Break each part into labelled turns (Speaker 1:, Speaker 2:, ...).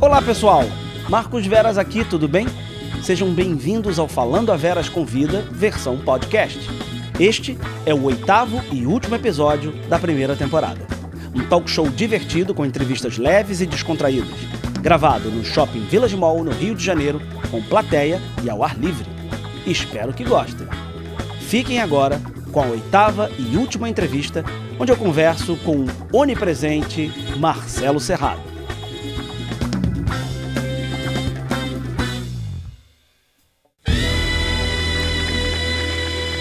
Speaker 1: Olá pessoal, Marcos Veras aqui, tudo bem? Sejam bem-vindos ao Falando a Veras Convida, versão podcast. Este é o oitavo e último episódio da primeira temporada. Um talk show divertido com entrevistas leves e descontraídas, gravado no Shopping Village Mall, no Rio de Janeiro, com plateia e ao ar livre. Espero que gostem. Fiquem agora com a oitava e última entrevista, onde eu converso com o onipresente Marcelo Serrado.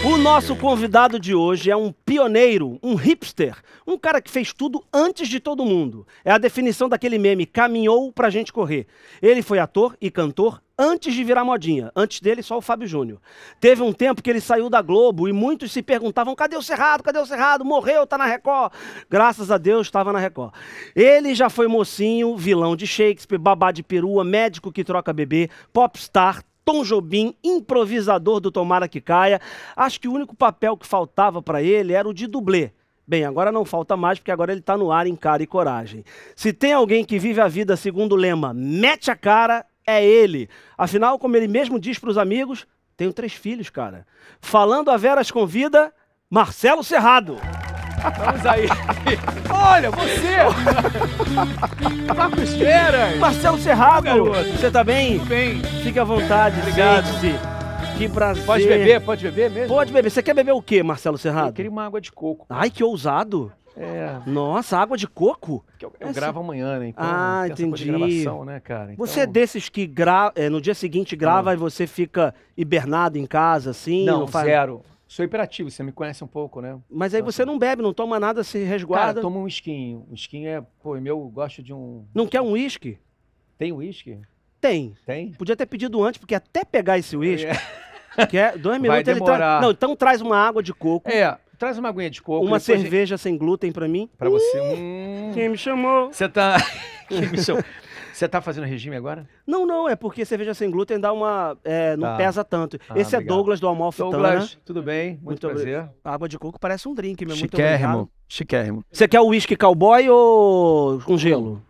Speaker 1: O nosso convidado de hoje é um pioneiro, um hipster, um cara que fez tudo antes de todo mundo. É a definição daquele meme, caminhou pra gente correr. Ele foi ator e cantor antes de virar modinha. Antes dele, só o Fábio Júnior. Teve um tempo que ele saiu da Globo e muitos se perguntavam: cadê o Cerrado? Cadê o Cerrado? Morreu, tá na Record. Graças a Deus, estava na Record. Ele já foi mocinho, vilão de Shakespeare, babá de perua, médico que troca bebê, popstar, Tom Jobim, improvisador do Tomara que Caia. Acho que o único papel que faltava para ele era o de dublê. Bem, agora não falta mais, porque agora ele está no ar em cara e coragem. Se tem alguém que vive a vida segundo o lema, mete a cara, é ele. Afinal, como ele mesmo diz para os amigos, tenho três filhos, cara. Falando a Veras Convida, Marcelo Cerrado.
Speaker 2: Vamos aí. Olha, você! Marcos Veras!
Speaker 1: Marcelo Cerrado,
Speaker 2: garoto.
Speaker 1: você tá bem?
Speaker 2: Tudo bem?
Speaker 1: Fica à vontade,
Speaker 2: Obrigado.
Speaker 1: sente-se. Que prazer.
Speaker 2: Pode beber? Pode beber mesmo?
Speaker 1: Pode beber. Você quer beber o quê, Marcelo
Speaker 2: Eu
Speaker 1: Cerrado?
Speaker 2: queria uma água de coco.
Speaker 1: Ai, que ousado.
Speaker 2: É,
Speaker 1: Nossa, água de coco?
Speaker 2: que eu, eu
Speaker 1: Essa-
Speaker 2: gravo amanhã, né? Então,
Speaker 1: É Ah,
Speaker 2: tem essa coisa de
Speaker 1: entendi.
Speaker 2: gravação, né, cara? Então-
Speaker 1: Você é desses que gra... é, no dia seguinte grava e você fica hibernado em casa, assim?
Speaker 2: Não,
Speaker 1: faz-
Speaker 2: zero. Sou hiperativo, você me conhece um pouco, né?
Speaker 1: Mas aí você não bebe, não toma nada, se resguarda.
Speaker 2: Cara, toma um esquinho. Um esquinho é, pô, é meu, eu gosto de um...
Speaker 1: Não quer um uísque?
Speaker 2: Tem uísque?
Speaker 1: Tem.
Speaker 2: Tem?
Speaker 1: Podia ter pedido antes, porque até pegar esse uísque, que é dois
Speaker 2: Vai
Speaker 1: minutos, ele
Speaker 2: demorar.
Speaker 1: traz. Não, então traz uma água de coco,
Speaker 2: É, traz uma aguinha de
Speaker 1: uma
Speaker 2: coco. depois a gente-
Speaker 1: cerveja sem glúten pra mim.
Speaker 2: Pra você. Hum.
Speaker 1: Quem me chamou?
Speaker 2: Você tá... Que missão. Você tá fazendo regime agora?
Speaker 1: Não, não, é porque cerveja sem glúten dá uma. é, não
Speaker 2: Tá.
Speaker 1: pesa tanto.
Speaker 2: Ah,
Speaker 1: Esse é
Speaker 2: obrigado.
Speaker 1: Douglas do Amalfitana.
Speaker 2: Douglas, tudo bem? Muito,
Speaker 1: né? Muito obri-
Speaker 2: prazer.
Speaker 1: A água de coco parece um drink,
Speaker 2: é
Speaker 1: meu. Muito obrigado.
Speaker 2: Chiquérrimo, chiquérrimo.
Speaker 1: Você quer o uísque cowboy ou com gelo?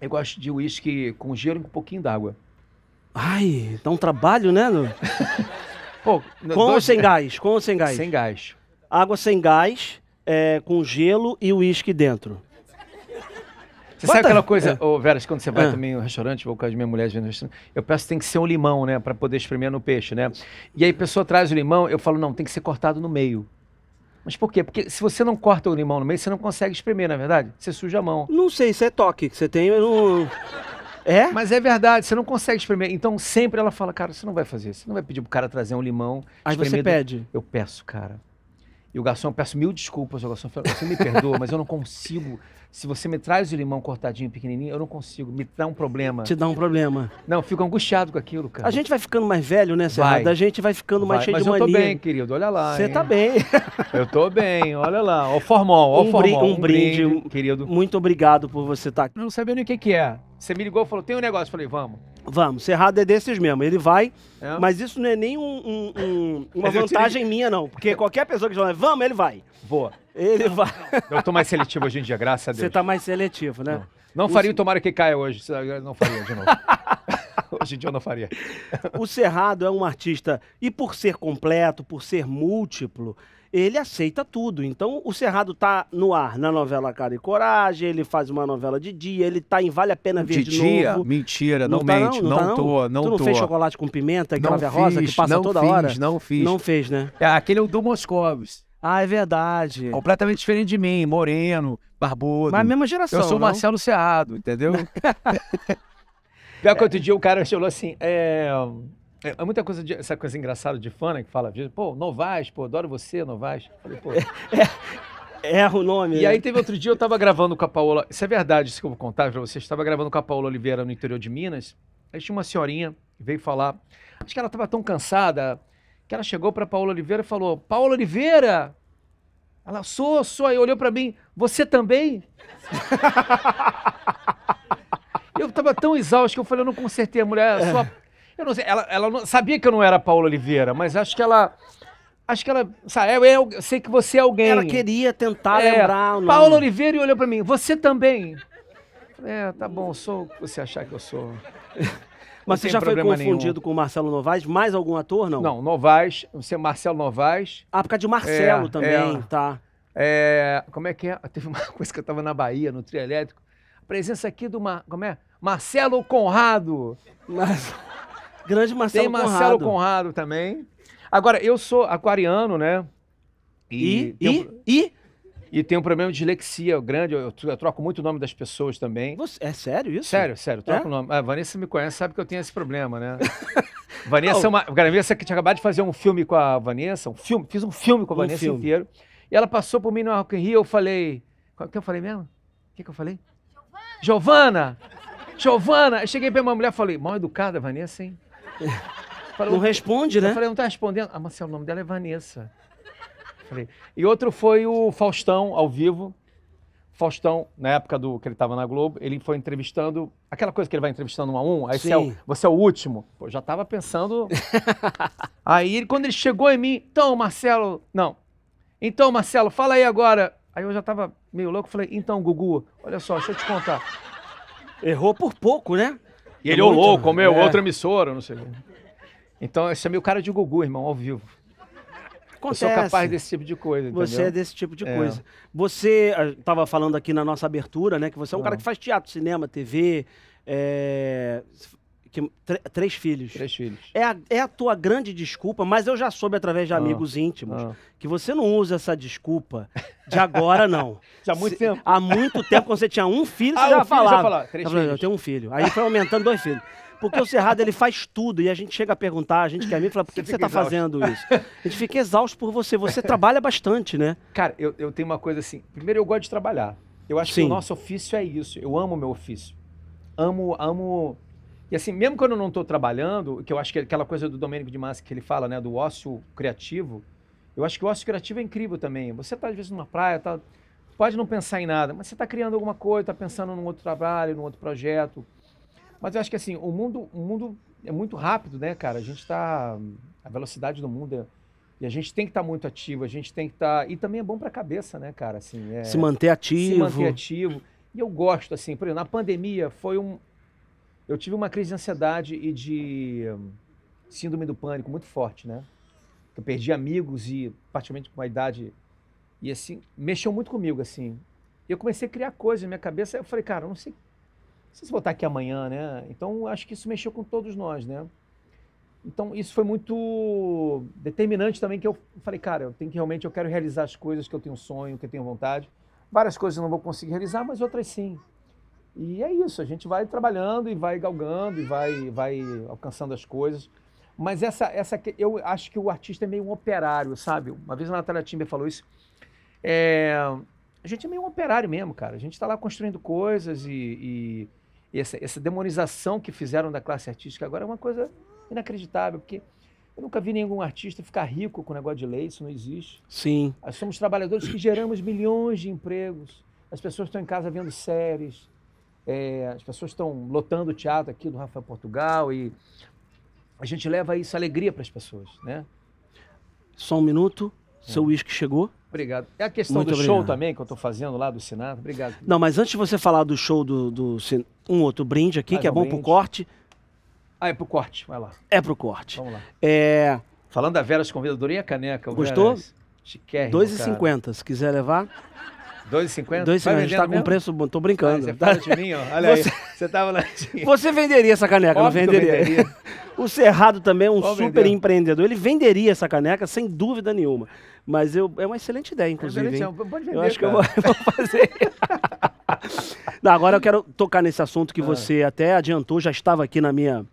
Speaker 2: Eu gosto de uísque com gelo e com um pouquinho d'água.
Speaker 1: Ai, dá um trabalho, né? no-
Speaker 2: Pô,
Speaker 1: Com ou sem gás? Com ou sem gás?
Speaker 2: Sem gás.
Speaker 1: Água sem gás, é, com gelo e uísque dentro.
Speaker 2: Você
Speaker 1: Bota-
Speaker 2: sabe aquela coisa, ô Veras, quando você vai
Speaker 1: Ah.
Speaker 2: também no restaurante, vou com as minhas mulheres no restaurante, eu peço tem que ser um limão, né, Pra poder espremer no peixe, né? E aí a pessoa traz o limão, eu falo, não, tem que ser cortado no meio. Mas por quê? Porque se você não corta o limão no meio, você não consegue espremer, na verdade. Você suja a mão.
Speaker 1: Não sei, isso é toque que você tem. Eu não... É?
Speaker 2: Mas é verdade, você não consegue espremer. Então sempre ela fala, cara, você não vai fazer isso. Você não vai pedir pro cara trazer um limão.
Speaker 1: Aí você
Speaker 2: espremido
Speaker 1: pede.
Speaker 2: Eu peço, cara. E o garçom, eu peço mil desculpas ao garçom. Eu falo, Você me perdoa, mas eu não consigo. Se você me traz o limão cortadinho, pequenininho, eu não consigo. Me dá um problema.
Speaker 1: Te dá um problema.
Speaker 2: Não, eu fico angustiado com aquilo, cara.
Speaker 1: A gente vai ficando mais velho, né, Serrado?
Speaker 2: Vai.
Speaker 1: A gente vai ficando mais
Speaker 2: Vai,
Speaker 1: cheio
Speaker 2: mas
Speaker 1: de
Speaker 2: eu
Speaker 1: mania.
Speaker 2: tô bem, querido. Olha lá.
Speaker 1: Você
Speaker 2: hein?
Speaker 1: tá bem.
Speaker 2: Eu tô bem, olha lá. Ó o formol, ó o
Speaker 1: Um brin-
Speaker 2: formol.
Speaker 1: um brinde, um-
Speaker 2: querido.
Speaker 1: Muito obrigado por você estar aqui.
Speaker 2: Eu não sabia nem o que que é. Você me ligou e falou, tem um negócio. Eu falei, vamos.
Speaker 1: Vamos, Cerrado é desses mesmo. Ele vai,
Speaker 2: É.
Speaker 1: mas isso não é nem um- um- um- uma
Speaker 2: Mas eu tirei-
Speaker 1: vantagem minha, não. Porque qualquer pessoa que fala, vamos, ele vai.
Speaker 2: Vou.
Speaker 1: Ele vai.
Speaker 2: Eu tô mais seletivo hoje em dia, graças a Deus.
Speaker 1: Você tá mais seletivo, né?
Speaker 2: Não faria o tomara que caia hoje. Eu Não faria de novo. hoje em dia eu não faria.
Speaker 1: O Cerrado é um artista, e por ser completo, por ser múltiplo, ele aceita tudo. Então, o Cerrado tá no ar na novela Cara e Coragem, ele faz uma novela de dia, ele tá em Vale a Pena Ver
Speaker 3: De
Speaker 1: de,
Speaker 3: dia?
Speaker 1: novo.
Speaker 3: Mentira, não,
Speaker 1: tá,
Speaker 3: mente. Não,
Speaker 1: tá,
Speaker 3: tô, não
Speaker 1: tu não
Speaker 3: tô.
Speaker 1: fez chocolate com pimenta,
Speaker 3: não
Speaker 1: Crávia Rosa, que
Speaker 3: fiz,
Speaker 1: passa
Speaker 3: não
Speaker 1: toda
Speaker 3: fiz,
Speaker 1: hora?
Speaker 3: Não fiz,
Speaker 1: Não fez, né?
Speaker 3: É, aquele é o do Moscovis.
Speaker 1: Ah, é verdade.
Speaker 3: Completamente diferente de mim, moreno, barbudo.
Speaker 2: é
Speaker 1: Mas a mesma geração,
Speaker 3: eu sou o
Speaker 1: não?
Speaker 3: Marcelo Seado, entendeu?
Speaker 2: Pior que outro dia o cara chegou assim, é... é- é muita coisa, de- essa coisa engraçada de fã, né, que fala, às vezes, pô, Novaes, pô, adoro você, Novaes. Eu Falei, pô.
Speaker 1: Erra o nome.
Speaker 2: E
Speaker 1: né?
Speaker 2: aí teve outro dia, eu tava gravando com a Paola, isso é verdade, isso que eu vou contar pra vocês, tava gravando com a Paola Oliveira no interior de Minas, aí tinha uma senhorinha que veio falar, acho que ela tava tão cansada, que ela chegou pra Paola Oliveira e falou, Paola Oliveira! Ela, sou, sou, aí olhou pra mim, você também? Eu tava tão exausto que eu falei, eu não consertei a mulher, só. Eu não sei, ela, ela não- sabia que eu não era a Paula Oliveira, mas acho que ela. Acho que ela. Sabe, eu, eu- eu sei que você é alguém.
Speaker 1: Ela queria tentar
Speaker 2: É,
Speaker 1: lembrar o nome.
Speaker 2: Paula Oliveira e olhou pra mim, você também. Eu É, tá bom, eu sou o que você achar que eu sou.
Speaker 1: Mas você
Speaker 2: tem
Speaker 1: já foi
Speaker 2: problema
Speaker 1: confundido com o Marcelo Novaes? Mais algum ator, não?
Speaker 2: Não, Novaes, você é Marcelo Novaes.
Speaker 1: Ah, por causa de Marcelo
Speaker 2: É,
Speaker 1: também,
Speaker 2: é.
Speaker 1: tá?
Speaker 2: É, como é que é? Teve uma coisa que eu tava na Bahia, no trio elétrico. A presença aqui do Mar, como é? Marcelo Conrado.
Speaker 1: Mas- Grande Marcelo
Speaker 2: Tem Marcelo
Speaker 1: Conrado.
Speaker 2: Conrado também. Agora, eu sou aquariano, né?
Speaker 1: E,
Speaker 2: tem um-
Speaker 1: e, e,
Speaker 2: e tenho um problema de dislexia grande. Eu, eu troco muito o nome das pessoas também.
Speaker 1: Você- É sério isso?
Speaker 2: Sério, sério, troca
Speaker 1: É?
Speaker 2: o nome. A Vanessa me conhece, sabe que eu tenho esse problema, né? Vanessa,
Speaker 1: Não.
Speaker 2: é uma, a Vanessa que tinha acabado de fazer um filme com a Vanessa, um filme, fiz um filme com a
Speaker 1: Um
Speaker 2: Vanessa
Speaker 1: filme.
Speaker 2: inteiro. E ela passou por mim no Rock in Rio, eu falei, o que eu falei mesmo? O que, que eu falei? Giovana! Giovana! Eu cheguei pra uma mulher e falei, mal educada, Vanessa, hein? Falou,
Speaker 1: Não responde,
Speaker 2: eu
Speaker 1: né?
Speaker 2: falei, não tá respondendo. Ah, Marcelo, o nome dela é Vanessa. Falei. E outro foi o Faustão, ao vivo. Faustão, na época do que ele tava na Globo, ele foi entrevistando. Aquela coisa que ele vai entrevistando um a um, aí você é, o,
Speaker 1: Sim.
Speaker 2: você é o último. Pô, eu já tava pensando. aí ele, quando ele chegou em mim, então, Marcelo. Não. Então, Marcelo, fala aí agora. Aí eu já tava meio louco, falei, então, Gugu, olha só, deixa eu te contar.
Speaker 1: Errou por pouco, né?
Speaker 2: E ele,
Speaker 1: É
Speaker 2: ô
Speaker 1: muito,
Speaker 2: louco, meu,
Speaker 1: é.
Speaker 2: outra emissora, não sei o quê. Então, eu chamei o cara de Gugu, irmão, ao vivo.
Speaker 1: Acontece.
Speaker 2: Eu sou capaz desse tipo de coisa, entendeu?
Speaker 1: Você é desse tipo de
Speaker 2: É.
Speaker 1: coisa. Você estava falando aqui na nossa abertura, né? Que você é um
Speaker 2: Ah.
Speaker 1: cara que faz teatro, cinema, TV, é, que- tre- três filhos.
Speaker 2: Três filhos.
Speaker 1: É a, é a tua grande desculpa, mas eu já soube através de
Speaker 2: Ah.
Speaker 1: amigos íntimos
Speaker 2: Ah.
Speaker 1: que você não usa essa desculpa de agora, não.
Speaker 2: Já há muito
Speaker 1: Se-
Speaker 2: tempo.
Speaker 1: Há muito tempo, quando você tinha um filho, você
Speaker 2: Ah, o
Speaker 1: já
Speaker 2: filho
Speaker 1: falava.
Speaker 2: já falava, três
Speaker 1: Eu falei,
Speaker 2: filhos.
Speaker 1: Eu tenho um filho. Aí foi aumentando dois filhos. Porque o Cerrado, ele faz tudo. E a gente chega a perguntar, a gente quer mim, fala, por que, que você
Speaker 2: Você fica
Speaker 1: está
Speaker 2: exausto.
Speaker 1: fazendo isso? A gente fica exausto por você. Você trabalha bastante, né?
Speaker 2: Cara, eu, eu tenho uma coisa assim. Primeiro, eu gosto de trabalhar. Eu acho que
Speaker 1: Sim.
Speaker 2: o nosso ofício é isso. Eu amo o meu ofício. Amo, amo. E assim, mesmo quando eu não estou trabalhando, que eu acho que é aquela coisa do Domênico de Massa que ele fala, né, do ócio criativo, eu acho que o ócio criativo é incrível também. Você tá às vezes numa praia, tá, pode não pensar em nada, mas você tá criando alguma coisa, tá pensando num outro trabalho, num outro projeto. Mas eu acho que assim, o mundo, o mundo é muito rápido, né, cara? A gente tá a velocidade do mundo é e a gente tem que estar muito ativo, a gente tem que estar. E também é bom para a cabeça, né, cara? Assim, é-
Speaker 1: Se manter ativo.
Speaker 2: se manter ativo. E eu gosto, assim, por exemplo, na pandemia foi um. Eu tive uma crise de ansiedade e de hum, síndrome do pânico muito forte, né? Eu perdi amigos e, particularmente com a idade. E assim, mexeu muito comigo, assim. E eu comecei a criar coisas na minha cabeça. Eu falei, cara, eu não sei, não sei se vou estar aqui amanhã, né? Então acho que isso mexeu com todos nós, né? Então isso foi muito determinante também que eu falei, cara, eu tenho que realmente, eu quero realizar as coisas que eu tenho sonho, que eu tenho vontade. Várias coisas eu não vou conseguir realizar, mas outras sim. E é isso, a gente vai trabalhando e vai galgando e vai, vai alcançando as coisas. Mas essa, essa que- eu acho que o artista é meio um operário, sabe? Uma vez a Natália Timber falou isso. É, a gente é meio um operário mesmo, cara. A gente está lá construindo coisas e, e essa, essa demonização que fizeram da classe artística agora é uma coisa inacreditável, porque eu nunca vi nenhum artista ficar rico com um negócio de lei, isso não existe.
Speaker 1: Sim.
Speaker 2: Nós somos trabalhadores que geramos milhões de empregos. As pessoas estão em casa vendo séries. é, as pessoas estão lotando o teatro aqui do Rafael Portugal e a gente leva isso alegria para as pessoas, né?
Speaker 1: Só um minuto.
Speaker 2: É.
Speaker 1: Seu uísque chegou.
Speaker 2: Obrigado. É a questão
Speaker 1: Muito
Speaker 2: do show
Speaker 1: obrigado.
Speaker 2: também que eu estou fazendo lá do Senado. Obrigado.
Speaker 1: Não, mas antes de você falar do show do, do cin- um outro brinde aqui,
Speaker 2: Mais
Speaker 1: que é
Speaker 2: um
Speaker 1: bom pro
Speaker 2: brinde.
Speaker 1: corte,
Speaker 2: Ah, é pro corte. Vai lá.
Speaker 1: é pro corte.
Speaker 2: Vamos lá.
Speaker 1: É
Speaker 2: Falando da Veras Convida, adorei a caneca.
Speaker 1: Gostou?
Speaker 2: Veras. Chiquérrimo, É, cara.
Speaker 1: 2,50. Se quiser levar,
Speaker 2: 2,50?
Speaker 1: 2,50. A gente tá com um
Speaker 2: preço.
Speaker 1: preço bom. Tô brincando.
Speaker 2: Você
Speaker 1: tá?
Speaker 2: fala de mim, ó. Olha
Speaker 1: Você-
Speaker 2: aí. Você tava lá.
Speaker 1: Você venderia essa caneca,
Speaker 2: Óbvio
Speaker 1: não
Speaker 2: que eu
Speaker 1: venderia?
Speaker 2: venderia.
Speaker 1: O Cerrado também é um
Speaker 2: Ó,
Speaker 1: super
Speaker 2: vendeu.
Speaker 1: empreendedor. Ele venderia essa caneca, sem dúvida nenhuma. Mas eu, é uma excelente
Speaker 2: um
Speaker 1: ideia, inclusive. hein?
Speaker 2: Pode é um vender,
Speaker 1: Eu acho que eu
Speaker 2: cara.
Speaker 1: vou, eu vou fazer. Não, agora eu quero tocar nesse assunto que
Speaker 2: Ah.
Speaker 1: você até adiantou, já estava aqui na minha,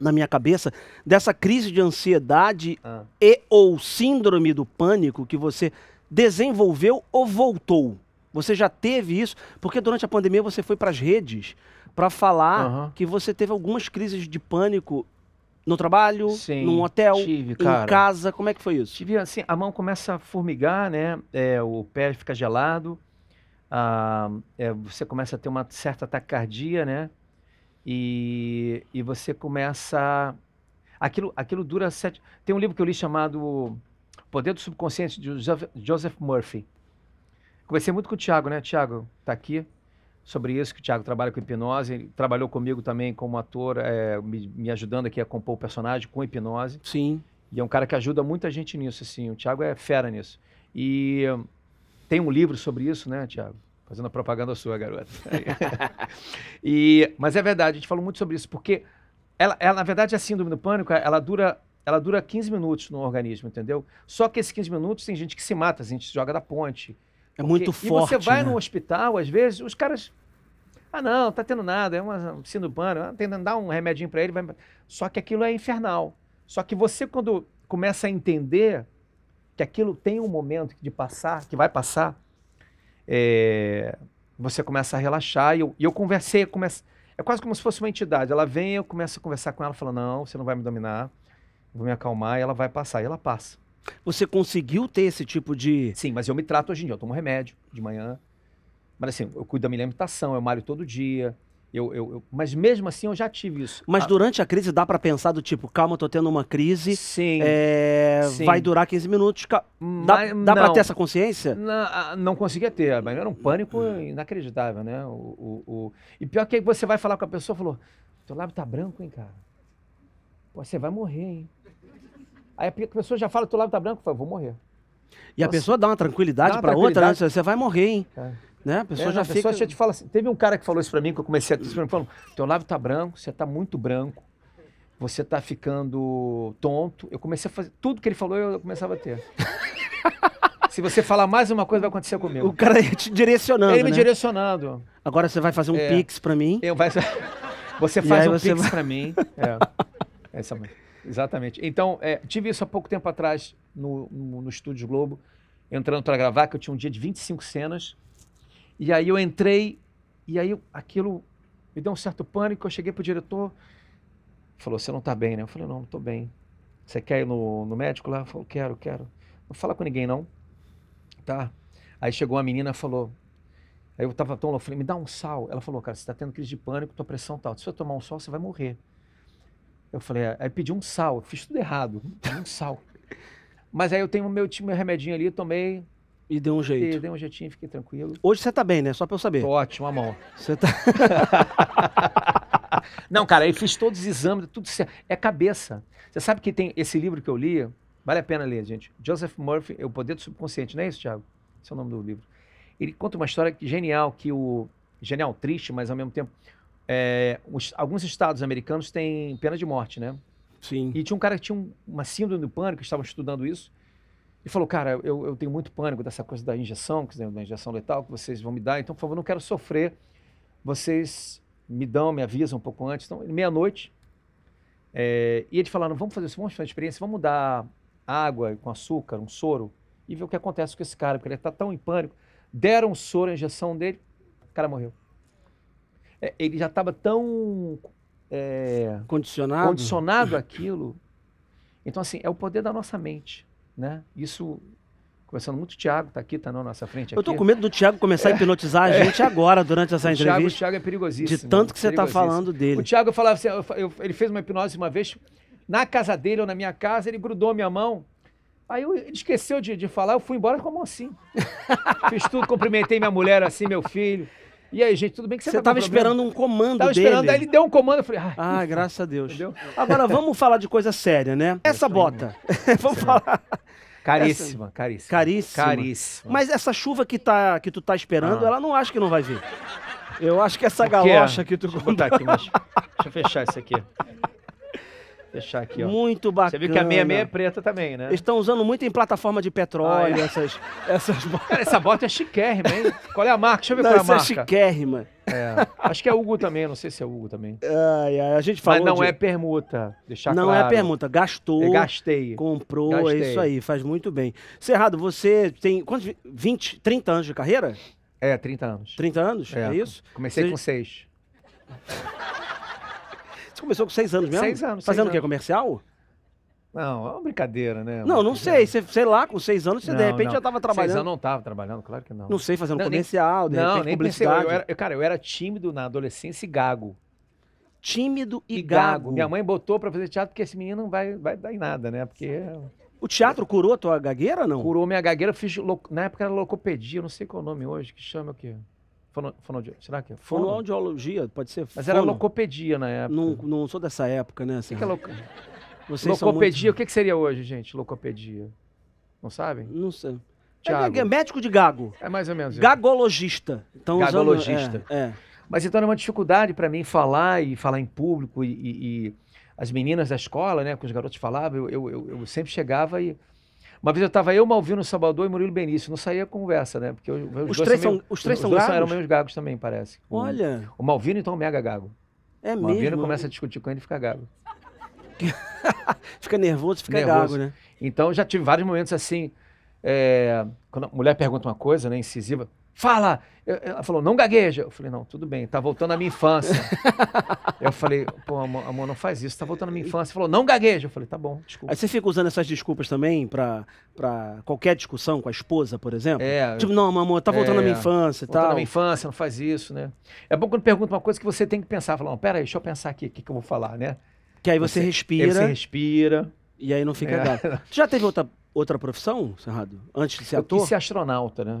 Speaker 1: na minha cabeça, dessa crise de ansiedade
Speaker 2: Ah.
Speaker 1: e ou síndrome do pânico que você desenvolveu ou voltou. Você já teve isso? Porque durante a pandemia você foi para as redes para falar
Speaker 2: Aham.
Speaker 1: que você teve algumas crises de pânico no trabalho,
Speaker 2: Sim,
Speaker 1: num hotel,
Speaker 2: tive,
Speaker 1: em
Speaker 2: cara.
Speaker 1: casa. Como é que foi isso?
Speaker 2: Tive assim, a mão começa a formigar, né? É, o pé fica gelado, ah, é, você começa a ter uma certa taquicardia, né? E, e você começa. Aquilo, aquilo dura sete. Tem um livro que eu li chamado Poder do Subconsciente, de Joseph, Joseph Murphy. Conversei muito com o Thiago, né? Thiago, tá aqui. sobre isso, que o Thiago trabalha com hipnose, ele trabalhou comigo também como ator, é, me, me ajudando aqui a compor o personagem com hipnose.
Speaker 1: Sim.
Speaker 2: E é um cara que ajuda muita gente nisso, assim. O Thiago é fera nisso. E hum, tem um livro sobre isso, né, Thiago? Fazendo a propaganda sua, garota. e, mas é verdade, a gente falou muito sobre isso, porque ela, ela, na verdade, é a síndrome do pânico, ela dura, ela dura 15 minutos no organismo, entendeu? Só que esses 15 minutos tem gente que se mata, a gente se joga da ponte.
Speaker 1: É
Speaker 2: Porque-
Speaker 1: muito forte.
Speaker 2: E você vai
Speaker 1: né?
Speaker 2: no hospital, às vezes, os caras. Ah, não, tá tendo nada, é uma síndrome do pânico, ah, tentando dar um remedinho pra ele. Vai... Só que aquilo é infernal. Só que você, quando começa a entender que aquilo tem um momento de passar, que vai passar, é, você começa a relaxar. E eu, e eu conversei, começa... é quase como se fosse uma entidade. Ela vem, eu começo a conversar com ela, falo, não, você não vai me dominar, eu vou me acalmar, e ela vai passar. E ela passa.
Speaker 1: Você conseguiu ter esse tipo de.
Speaker 2: Sim, mas eu me trato hoje em dia. Eu tomo remédio de manhã. Mas assim, eu cuido da minha alimentação, eu malho todo dia. Eu, eu, eu- mas mesmo assim, eu já tive isso.
Speaker 1: Mas
Speaker 2: Ah,
Speaker 1: durante a crise dá pra pensar do tipo, calma, eu tô tendo uma crise,
Speaker 2: Sim.
Speaker 1: é,
Speaker 2: Sim.
Speaker 1: vai durar 15 minutos. ca- Dá,
Speaker 2: mas
Speaker 1: dá pra
Speaker 2: não.
Speaker 1: ter essa consciência?
Speaker 2: Na- ah, não conseguia ter, mas era um pânico
Speaker 1: É.
Speaker 2: inacreditável, né? O, o- o- E pior que aí você vai falar com a pessoa e falou: teu lábio tá branco, hein, cara? Pô, você vai morrer, hein? Aí a pe- a pessoa já fala, teu lábio tá branco, eu falo, vou morrer.
Speaker 1: E a
Speaker 2: Nossa.
Speaker 1: pessoa dá uma tranquilidade
Speaker 2: Dá uma
Speaker 1: pra outra, né?
Speaker 2: tranquilidade.
Speaker 1: Você vai morrer, hein?
Speaker 2: É.
Speaker 1: Né? A pessoa
Speaker 2: É,
Speaker 1: já
Speaker 2: não, a
Speaker 1: fica.
Speaker 2: pessoa já te fala assim. Teve um cara que falou isso pra mim, que eu comecei a ter isso pra mim, falando, teu lábio tá branco, você tá muito branco, você tá ficando tonto. Eu comecei a fazer, tudo que ele falou, eu começava a ter. Se você falar mais uma coisa, vai acontecer
Speaker 1: O
Speaker 2: comigo.
Speaker 1: cara ia te direcionando.
Speaker 2: ele me
Speaker 1: né?
Speaker 2: direcionando.
Speaker 1: Agora você vai fazer um
Speaker 2: É.
Speaker 1: pix pra mim.
Speaker 2: Eu, vai, você
Speaker 1: E
Speaker 2: faz
Speaker 1: aí
Speaker 2: um
Speaker 1: você
Speaker 2: pix
Speaker 1: vai-
Speaker 2: pra mim. É. Essa- exatamente. Então, é, tive isso há pouco tempo atrás no, no, no Estúdio Globo, entrando para gravar, que eu tinha um dia de 25 cenas. E aí eu entrei, e aí eu- aquilo me deu um certo pânico. Eu cheguei pro diretor, falou: Você não tá bem, né? Eu falei: Não, não tô bem. Você quer ir no, no médico lá? Ele falou: Quero, quero. Não fala com ninguém, não. Tá. Aí chegou uma menina e falou. Aí eu tava tão louco, eu falei, me dá um sal. Ela falou, cara, você tá tendo crise de pânico, tua pressão tá alta. Se eu tomar um sal, você vai morrer. Eu falei, é. aí pedi um sal, eu fiz tudo errado, pedi um sal. Mas aí eu tenho o meu, ti- meu remedinho ali, tomei,
Speaker 1: E deu um
Speaker 2: e
Speaker 1: jeito.
Speaker 2: dei um jeitinho, fiquei tranquilo.
Speaker 1: Hoje você tá bem, né? Só pra eu saber.
Speaker 2: Tô ótimo, a mão.
Speaker 1: Você tá.
Speaker 2: Não, cara, aí fiz todos os exames, tudo certo. É cabeça. Você sabe que tem esse livro que eu li, vale a pena ler, gente. Joseph Murphy, O Poder do Subconsciente, não é isso, Thiago? Esse é o nome do livro. Ele conta uma história que- genial, que o. Genial, triste, mas ao mesmo tempo. é, os- alguns estados americanos têm pena de morte, né?
Speaker 1: Sim.
Speaker 2: E tinha um cara que tinha um- uma síndrome do pânico, estavam estudando isso, e falou, cara, eu, eu tenho muito pânico dessa coisa da injeção, que é uma injeção letal que vocês vão me dar, então, por favor, não quero sofrer. Vocês me dão, me avisam um pouco antes. Então, meia-noite, é, e eles falaram, vamos fazer isso, vamos fazer uma experiência, vamos dar água com açúcar, um soro, e ver o que acontece com esse cara, porque ele está tão em pânico. Deram o soro, a injeção dele, o cara morreu. É, ele já estava tão... é,
Speaker 1: Condicionado.
Speaker 2: condicionado àquilo. Então, assim, é o poder da nossa mente, né? Isso, conversando muito, o Thiago tá aqui, tá na nossa frente
Speaker 1: Eu tô
Speaker 2: aqui. É.
Speaker 1: com medo do Thiago começar a hipnotizar a gente agora durante essa
Speaker 2: o Thiago, o
Speaker 1: entrevista.
Speaker 2: Thiago é perigosíssimo.
Speaker 1: De tanto que você tá
Speaker 2: perigosíssimo.
Speaker 1: falando
Speaker 2: O
Speaker 1: dele.
Speaker 2: Thiago eu falava assim, eu fa- eu- ele fez uma hipnose uma vez na casa dele ou na minha casa, ele grudou a minha mão. Aí eu- ele esqueceu de, de falar, eu fui embora com a mão assim. Fiz tudo, cumprimentei minha mulher assim, meu filho. E aí, gente, tudo bem que você
Speaker 1: Você
Speaker 2: tá com
Speaker 1: tava
Speaker 2: problema?
Speaker 1: esperando um comando
Speaker 2: Tava
Speaker 1: dele.
Speaker 2: esperando, aí ele deu um comando, eu falei, ai,
Speaker 1: Ah, graças a Deus.
Speaker 2: entendeu?
Speaker 1: Agora vamos falar de coisa séria, né? Essa bota. vamos falar.
Speaker 2: Caríssima, caríssima.
Speaker 1: Caríssima.
Speaker 2: Caríssima.
Speaker 1: Mas essa chuva que, tá, que tu tá esperando,
Speaker 2: Ah.
Speaker 1: ela não acha que não vai vir. Eu acho que essa
Speaker 2: Por quê?
Speaker 1: galocha que tu
Speaker 2: Deixa eu botar aqui, mas... Deixa eu fechar isso aqui. Fechar aqui, ó.
Speaker 1: Muito bacana.
Speaker 2: Você viu que a meia meia é preta também, né?
Speaker 1: Eles estão usando muito em plataforma de petróleo,
Speaker 2: Ah, é.
Speaker 1: essas, essas botas.
Speaker 2: Cara, essa bota é chiquérrima, hein? Qual é a marca? Deixa eu ver
Speaker 1: Não,
Speaker 2: qual é a
Speaker 1: isso é
Speaker 2: marca.
Speaker 1: chiquérrima.
Speaker 2: É. Acho que é Hugo também, não sei se é Hugo também.
Speaker 1: Ai, ai, a gente falou
Speaker 2: Mas não
Speaker 1: de-
Speaker 2: é permuta, deixar
Speaker 1: Não
Speaker 2: claro.
Speaker 1: é permuta, gastou,
Speaker 2: Eu gastei.
Speaker 1: comprou, é
Speaker 2: Gastei.
Speaker 1: isso aí, faz muito bem. Serrado, você tem quantos, vi- 20, 30 anos de carreira?
Speaker 2: É, 30 anos.
Speaker 1: 30 anos, é,
Speaker 2: É.
Speaker 1: isso?
Speaker 2: Comecei
Speaker 1: Você-
Speaker 2: com 6.
Speaker 1: Você começou com 6 anos mesmo?
Speaker 2: Seis anos,
Speaker 1: Fazendo
Speaker 2: seis
Speaker 1: o quê,
Speaker 2: anos.
Speaker 1: comercial?
Speaker 2: Não, é uma brincadeira, né?
Speaker 1: não, não sei, você, sei lá, com 6 anos você de
Speaker 2: Não,
Speaker 1: repente
Speaker 2: não.
Speaker 1: já estava
Speaker 2: Trabalhando.
Speaker 1: trabalhando,
Speaker 2: eu não tava trabalhando, claro que não.
Speaker 1: não sei, fazendo
Speaker 2: Não, nem-
Speaker 1: comercial, de
Speaker 2: não,
Speaker 1: repente
Speaker 2: nem pensei.
Speaker 1: publicidade.
Speaker 2: Eu era, eu- cara, eu era tímido na adolescência e gago.
Speaker 1: Tímido e,
Speaker 2: e
Speaker 1: gago.
Speaker 2: gago. Minha mãe botou pra fazer teatro porque esse menino não vai, vai dar em nada, né? Porque
Speaker 1: O teatro curou a tua gagueira, não?
Speaker 2: curou minha gagueira, eu fiz lou- na época era locopedia, eu não sei qual é o nome hoje, que chama o quê? Fono, fonoaudi- será que é? Fono?
Speaker 1: Fonoaudiologia, pode ser?
Speaker 2: Mas era
Speaker 1: fono.
Speaker 2: locopedia na época.
Speaker 1: Não,
Speaker 2: O
Speaker 1: não sou dessa época, né?
Speaker 2: que,
Speaker 1: Assim,
Speaker 2: que é loco-
Speaker 1: vocês são muito-
Speaker 2: locopedia? O que, que seria hoje, gente? Locopedia. Não sabem?
Speaker 1: Não sei.
Speaker 2: Thiago.
Speaker 1: É, é médico de gago.
Speaker 2: É mais ou menos. isso.
Speaker 1: Gagologista. Então, usando-
Speaker 2: Gagologista.
Speaker 1: é, é.
Speaker 2: Mas então era uma dificuldade para mim falar e falar em público e, e- e as meninas da escola, né, que os garotos falavam, eu, eu- eu- eu sempre chegava e uma vez eu tava eu, Malvino Salvador e Murilo Benício, não saía conversa, né? Porque eu- eu-
Speaker 1: Os,
Speaker 2: dois
Speaker 1: três
Speaker 2: são
Speaker 1: são,
Speaker 2: meio-
Speaker 1: os três
Speaker 2: os
Speaker 1: são
Speaker 2: dois
Speaker 1: gagos?
Speaker 2: eram meus gagos também, parece. O-
Speaker 1: Olha,
Speaker 2: O Malvino então é um mega gago.
Speaker 1: é
Speaker 2: O Malvino
Speaker 1: mesmo.
Speaker 2: começa a discutir com ele e fica gago.
Speaker 1: Fica nervoso, fica
Speaker 2: Nervoso.
Speaker 1: gago, né?
Speaker 2: Então já tive vários momentos assim, é, quando a mulher pergunta uma coisa, né, incisiva, fala! Eu- Ela falou, não gagueja. Eu falei, não, tudo bem, tá voltando à minha infância. eu falei, pô, amor, amor, não faz isso, tá voltando à minha infância. Ela falou, não gagueja. Eu falei, tá bom, desculpa.
Speaker 1: Aí você fica usando essas desculpas também pra, pra qualquer discussão com a esposa, por exemplo?
Speaker 2: É,
Speaker 1: Tipo, não, mamãe, tá voltando à minha
Speaker 2: É,
Speaker 1: infância e
Speaker 2: voltando à
Speaker 1: tal.
Speaker 2: minha infância, não faz isso, né? É bom quando pergunta uma coisa que você tem que pensar, falar, não, pera aí, deixa eu pensar aqui, o que, que eu vou falar, né?
Speaker 1: Que aí você,
Speaker 2: Você- E
Speaker 1: respira
Speaker 2: aí você respira.
Speaker 1: e aí não fica
Speaker 2: É.
Speaker 1: gago. Tu já teve outra, outra profissão, Serrado? Antes de ser
Speaker 2: Eu quis
Speaker 1: é ator?
Speaker 2: ser astronauta, né?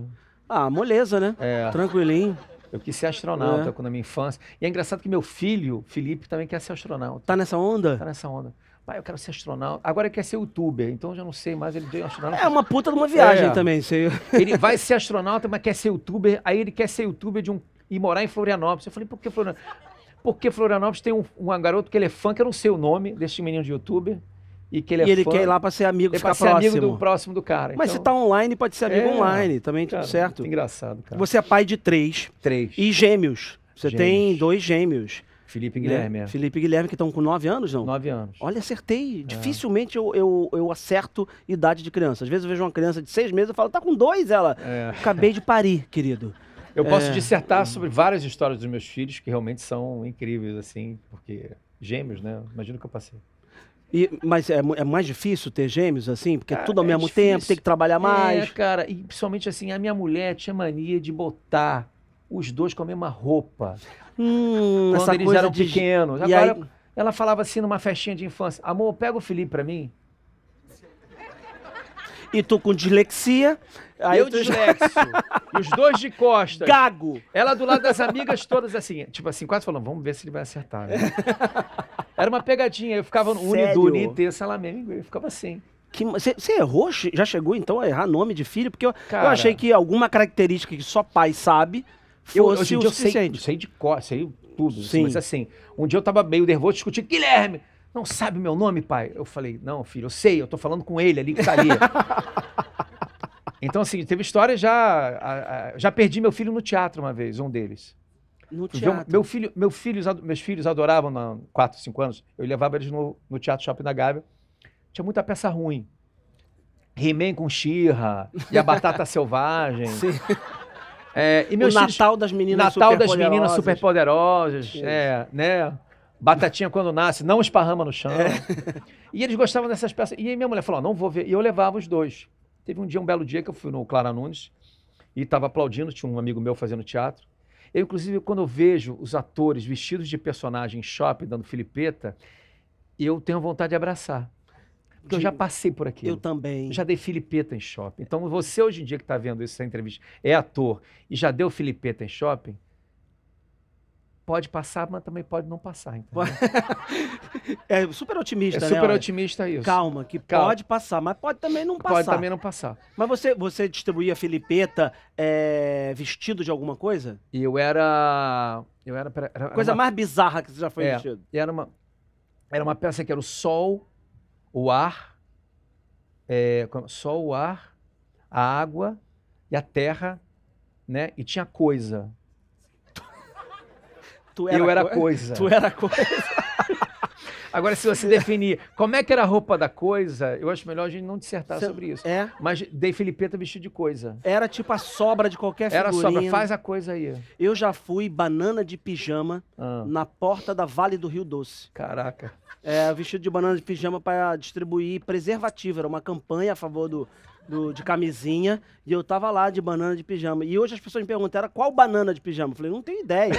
Speaker 1: Ah, moleza, né?
Speaker 2: É,
Speaker 1: Tranquilinho.
Speaker 2: eu quis ser astronauta
Speaker 1: É.
Speaker 2: quando na minha infância. E é engraçado que meu filho, Felipe, também quer ser astronauta.
Speaker 1: Tá nessa
Speaker 2: Tá
Speaker 1: onda?
Speaker 2: nessa onda. Pai, eu quero ser astronauta. Agora ele quer ser youtuber, então eu já não sei mais. Ele deu astronauta.
Speaker 1: É uma puta de uma viagem
Speaker 2: É.
Speaker 1: também. Você...
Speaker 2: Ele vai ser astronauta, mas quer ser youtuber. Aí ele quer ser youtuber de um, e morar em Florianópolis. Eu falei, por que Florianópolis? Porque Florianópolis tem um, um garoto que ele é fã, que eu não sei o nome desse menino de youtuber. E que ele é
Speaker 1: e ele
Speaker 2: fã.
Speaker 1: quer ir lá pra ser amigo,
Speaker 2: ele
Speaker 1: ficar
Speaker 2: pra ser amigo
Speaker 1: próximo.
Speaker 2: do próximo do cara.
Speaker 1: Mas se
Speaker 2: então,
Speaker 1: tá online, pode ser amigo
Speaker 2: É.
Speaker 1: online também,
Speaker 2: cara,
Speaker 1: tudo certo.
Speaker 2: muito Engraçado, cara.
Speaker 1: Você é pai de três
Speaker 2: Três.
Speaker 1: e gêmeos. Você
Speaker 2: Gêmeos.
Speaker 1: tem dois gêmeos.
Speaker 2: Felipe
Speaker 1: né?
Speaker 2: Guilherme, é.
Speaker 1: Felipe e Guilherme, que estão com nove anos, não?
Speaker 2: nove É. anos.
Speaker 1: Olha, acertei. Dificilmente eu, eu, eu acerto idade de criança. Às vezes eu vejo uma criança de seis meses e falo, tá com dois, ela.
Speaker 2: É.
Speaker 1: Acabei de parir, querido.
Speaker 2: Eu posso
Speaker 1: É.
Speaker 2: dissertar sobre várias histórias dos meus filhos que realmente são incríveis, assim, porque gêmeos, né? Imagina o que eu passei.
Speaker 1: E, mas é, mu- é mais difícil ter gêmeos assim? Porque
Speaker 2: Cara,
Speaker 1: tudo ao
Speaker 2: é
Speaker 1: mesmo
Speaker 2: difícil.
Speaker 1: tempo, tem que trabalhar mais.
Speaker 2: É, cara, e principalmente assim, a minha mulher tinha mania de botar os dois com a mesma roupa.
Speaker 1: Hum,
Speaker 2: Quando
Speaker 1: essa
Speaker 2: eles
Speaker 1: coisa
Speaker 2: eram
Speaker 1: de...
Speaker 2: pequenos.
Speaker 1: E
Speaker 2: Agora,
Speaker 1: aí,
Speaker 2: ela falava assim numa festinha de infância: Amor, pega o Felipe pra mim.
Speaker 1: e tu com dislexia, aí
Speaker 2: eu
Speaker 1: tu-
Speaker 2: dislexo. e os dois de costas.
Speaker 1: gago.
Speaker 2: Ela do lado das amigas todas assim, tipo assim, quase falando: Vamos ver se ele vai acertar. né?" Era uma pegadinha. Eu ficava no
Speaker 1: Sério?
Speaker 2: Uniduni, T, Salamango. Eu ficava assim.
Speaker 1: Você errou? Che- Já chegou então a errar nome de filho? Porque eu, eu
Speaker 2: Cara,
Speaker 1: achei que alguma característica que só pai sabe fosse
Speaker 2: Eu, hoje em
Speaker 1: o
Speaker 2: dia eu sei, eu
Speaker 1: suficiente.
Speaker 2: sei de cor, sei tudo. assim,
Speaker 1: Sim.
Speaker 2: mas assim, um dia eu tava meio nervoso, discutindo, Guilherme, não sabe meu nome, pai? Eu falei, não, filho, eu sei, eu tô falando com ele ali que tá ali. então, assim, teve história já. a- a- já perdi meu filho no teatro uma vez, um deles.
Speaker 1: No
Speaker 2: Fui ver um-
Speaker 1: teatro.
Speaker 2: meu filho, meu filhos, ado- meus filhos adoravam, na 4, 5 anos, eu levava eles no, no Teatro Shopping da Gávea. Tinha muita peça ruim. He-Man com Xirra e a Batata Selvagem.
Speaker 1: Sim.
Speaker 2: É, e
Speaker 1: O
Speaker 2: meus filhos-
Speaker 1: Natal das meninas
Speaker 2: Natal das meninas
Speaker 1: superpoderosas.
Speaker 2: superpoderosas,
Speaker 1: Isso.
Speaker 2: é, né? Batatinha quando nasce, não esparrama no
Speaker 1: É.
Speaker 2: chão. E eles gostavam dessas peças. E aí minha mulher falou, "Ó, não vou ver. E eu levava os dois. Teve um dia, um belo dia, que eu fui no Clara Nunes e estava aplaudindo, tinha um amigo meu fazendo teatro. Eu, inclusive, quando eu vejo os atores vestidos de personagem em shopping, dando filipeta, eu tenho vontade de abraçar. Porque eu
Speaker 1: De-
Speaker 2: já passei por aquilo.
Speaker 1: Eu também.
Speaker 2: Eu Já dei filipeta em shopping. Então, você hoje em dia que está vendo isso, essa entrevista, é ator e já deu filipeta em shopping, pode passar, mas também pode não passar. entendeu?
Speaker 1: É super otimista,
Speaker 2: É
Speaker 1: né?
Speaker 2: super
Speaker 1: olha?
Speaker 2: otimista isso.
Speaker 1: Calma, que
Speaker 2: Calma.
Speaker 1: pode passar, mas pode também não
Speaker 2: Pode
Speaker 1: passar.
Speaker 2: também não passar.
Speaker 1: Mas você, você distribuía filipeta é, vestido de alguma coisa?
Speaker 2: E eu era... Eu era, pera- era, era
Speaker 1: Coisa
Speaker 2: uma,
Speaker 1: mais bizarra que você já foi
Speaker 2: É.
Speaker 1: vestido.
Speaker 2: Era uma, era uma peça que era o sol, o ar, é, como- sol, o ar, a água e a terra, né? E tinha coisa.
Speaker 1: Tu
Speaker 2: eu era
Speaker 1: coi-
Speaker 2: coisa.
Speaker 1: Tu era coisa.
Speaker 2: Agora, se você definir como é que era a roupa da coisa, eu acho melhor a gente não dissertar
Speaker 1: Você-
Speaker 2: sobre isso.
Speaker 1: É.
Speaker 2: Mas dei Felipeta vestido de coisa.
Speaker 1: Era tipo a sobra de qualquer
Speaker 2: Era
Speaker 1: figurinha.
Speaker 2: sobra, faz a coisa aí.
Speaker 1: Eu já fui banana de pijama
Speaker 2: Ah,
Speaker 1: na porta da Vale do Rio Doce.
Speaker 2: caraca.
Speaker 1: É, vestido de banana de pijama para distribuir preservativo. Era uma campanha a favor do, do- de camisinha. E eu tava lá de banana de pijama. E hoje as pessoas me perguntam, era qual banana de pijama? Eu falei, não tenho ideia.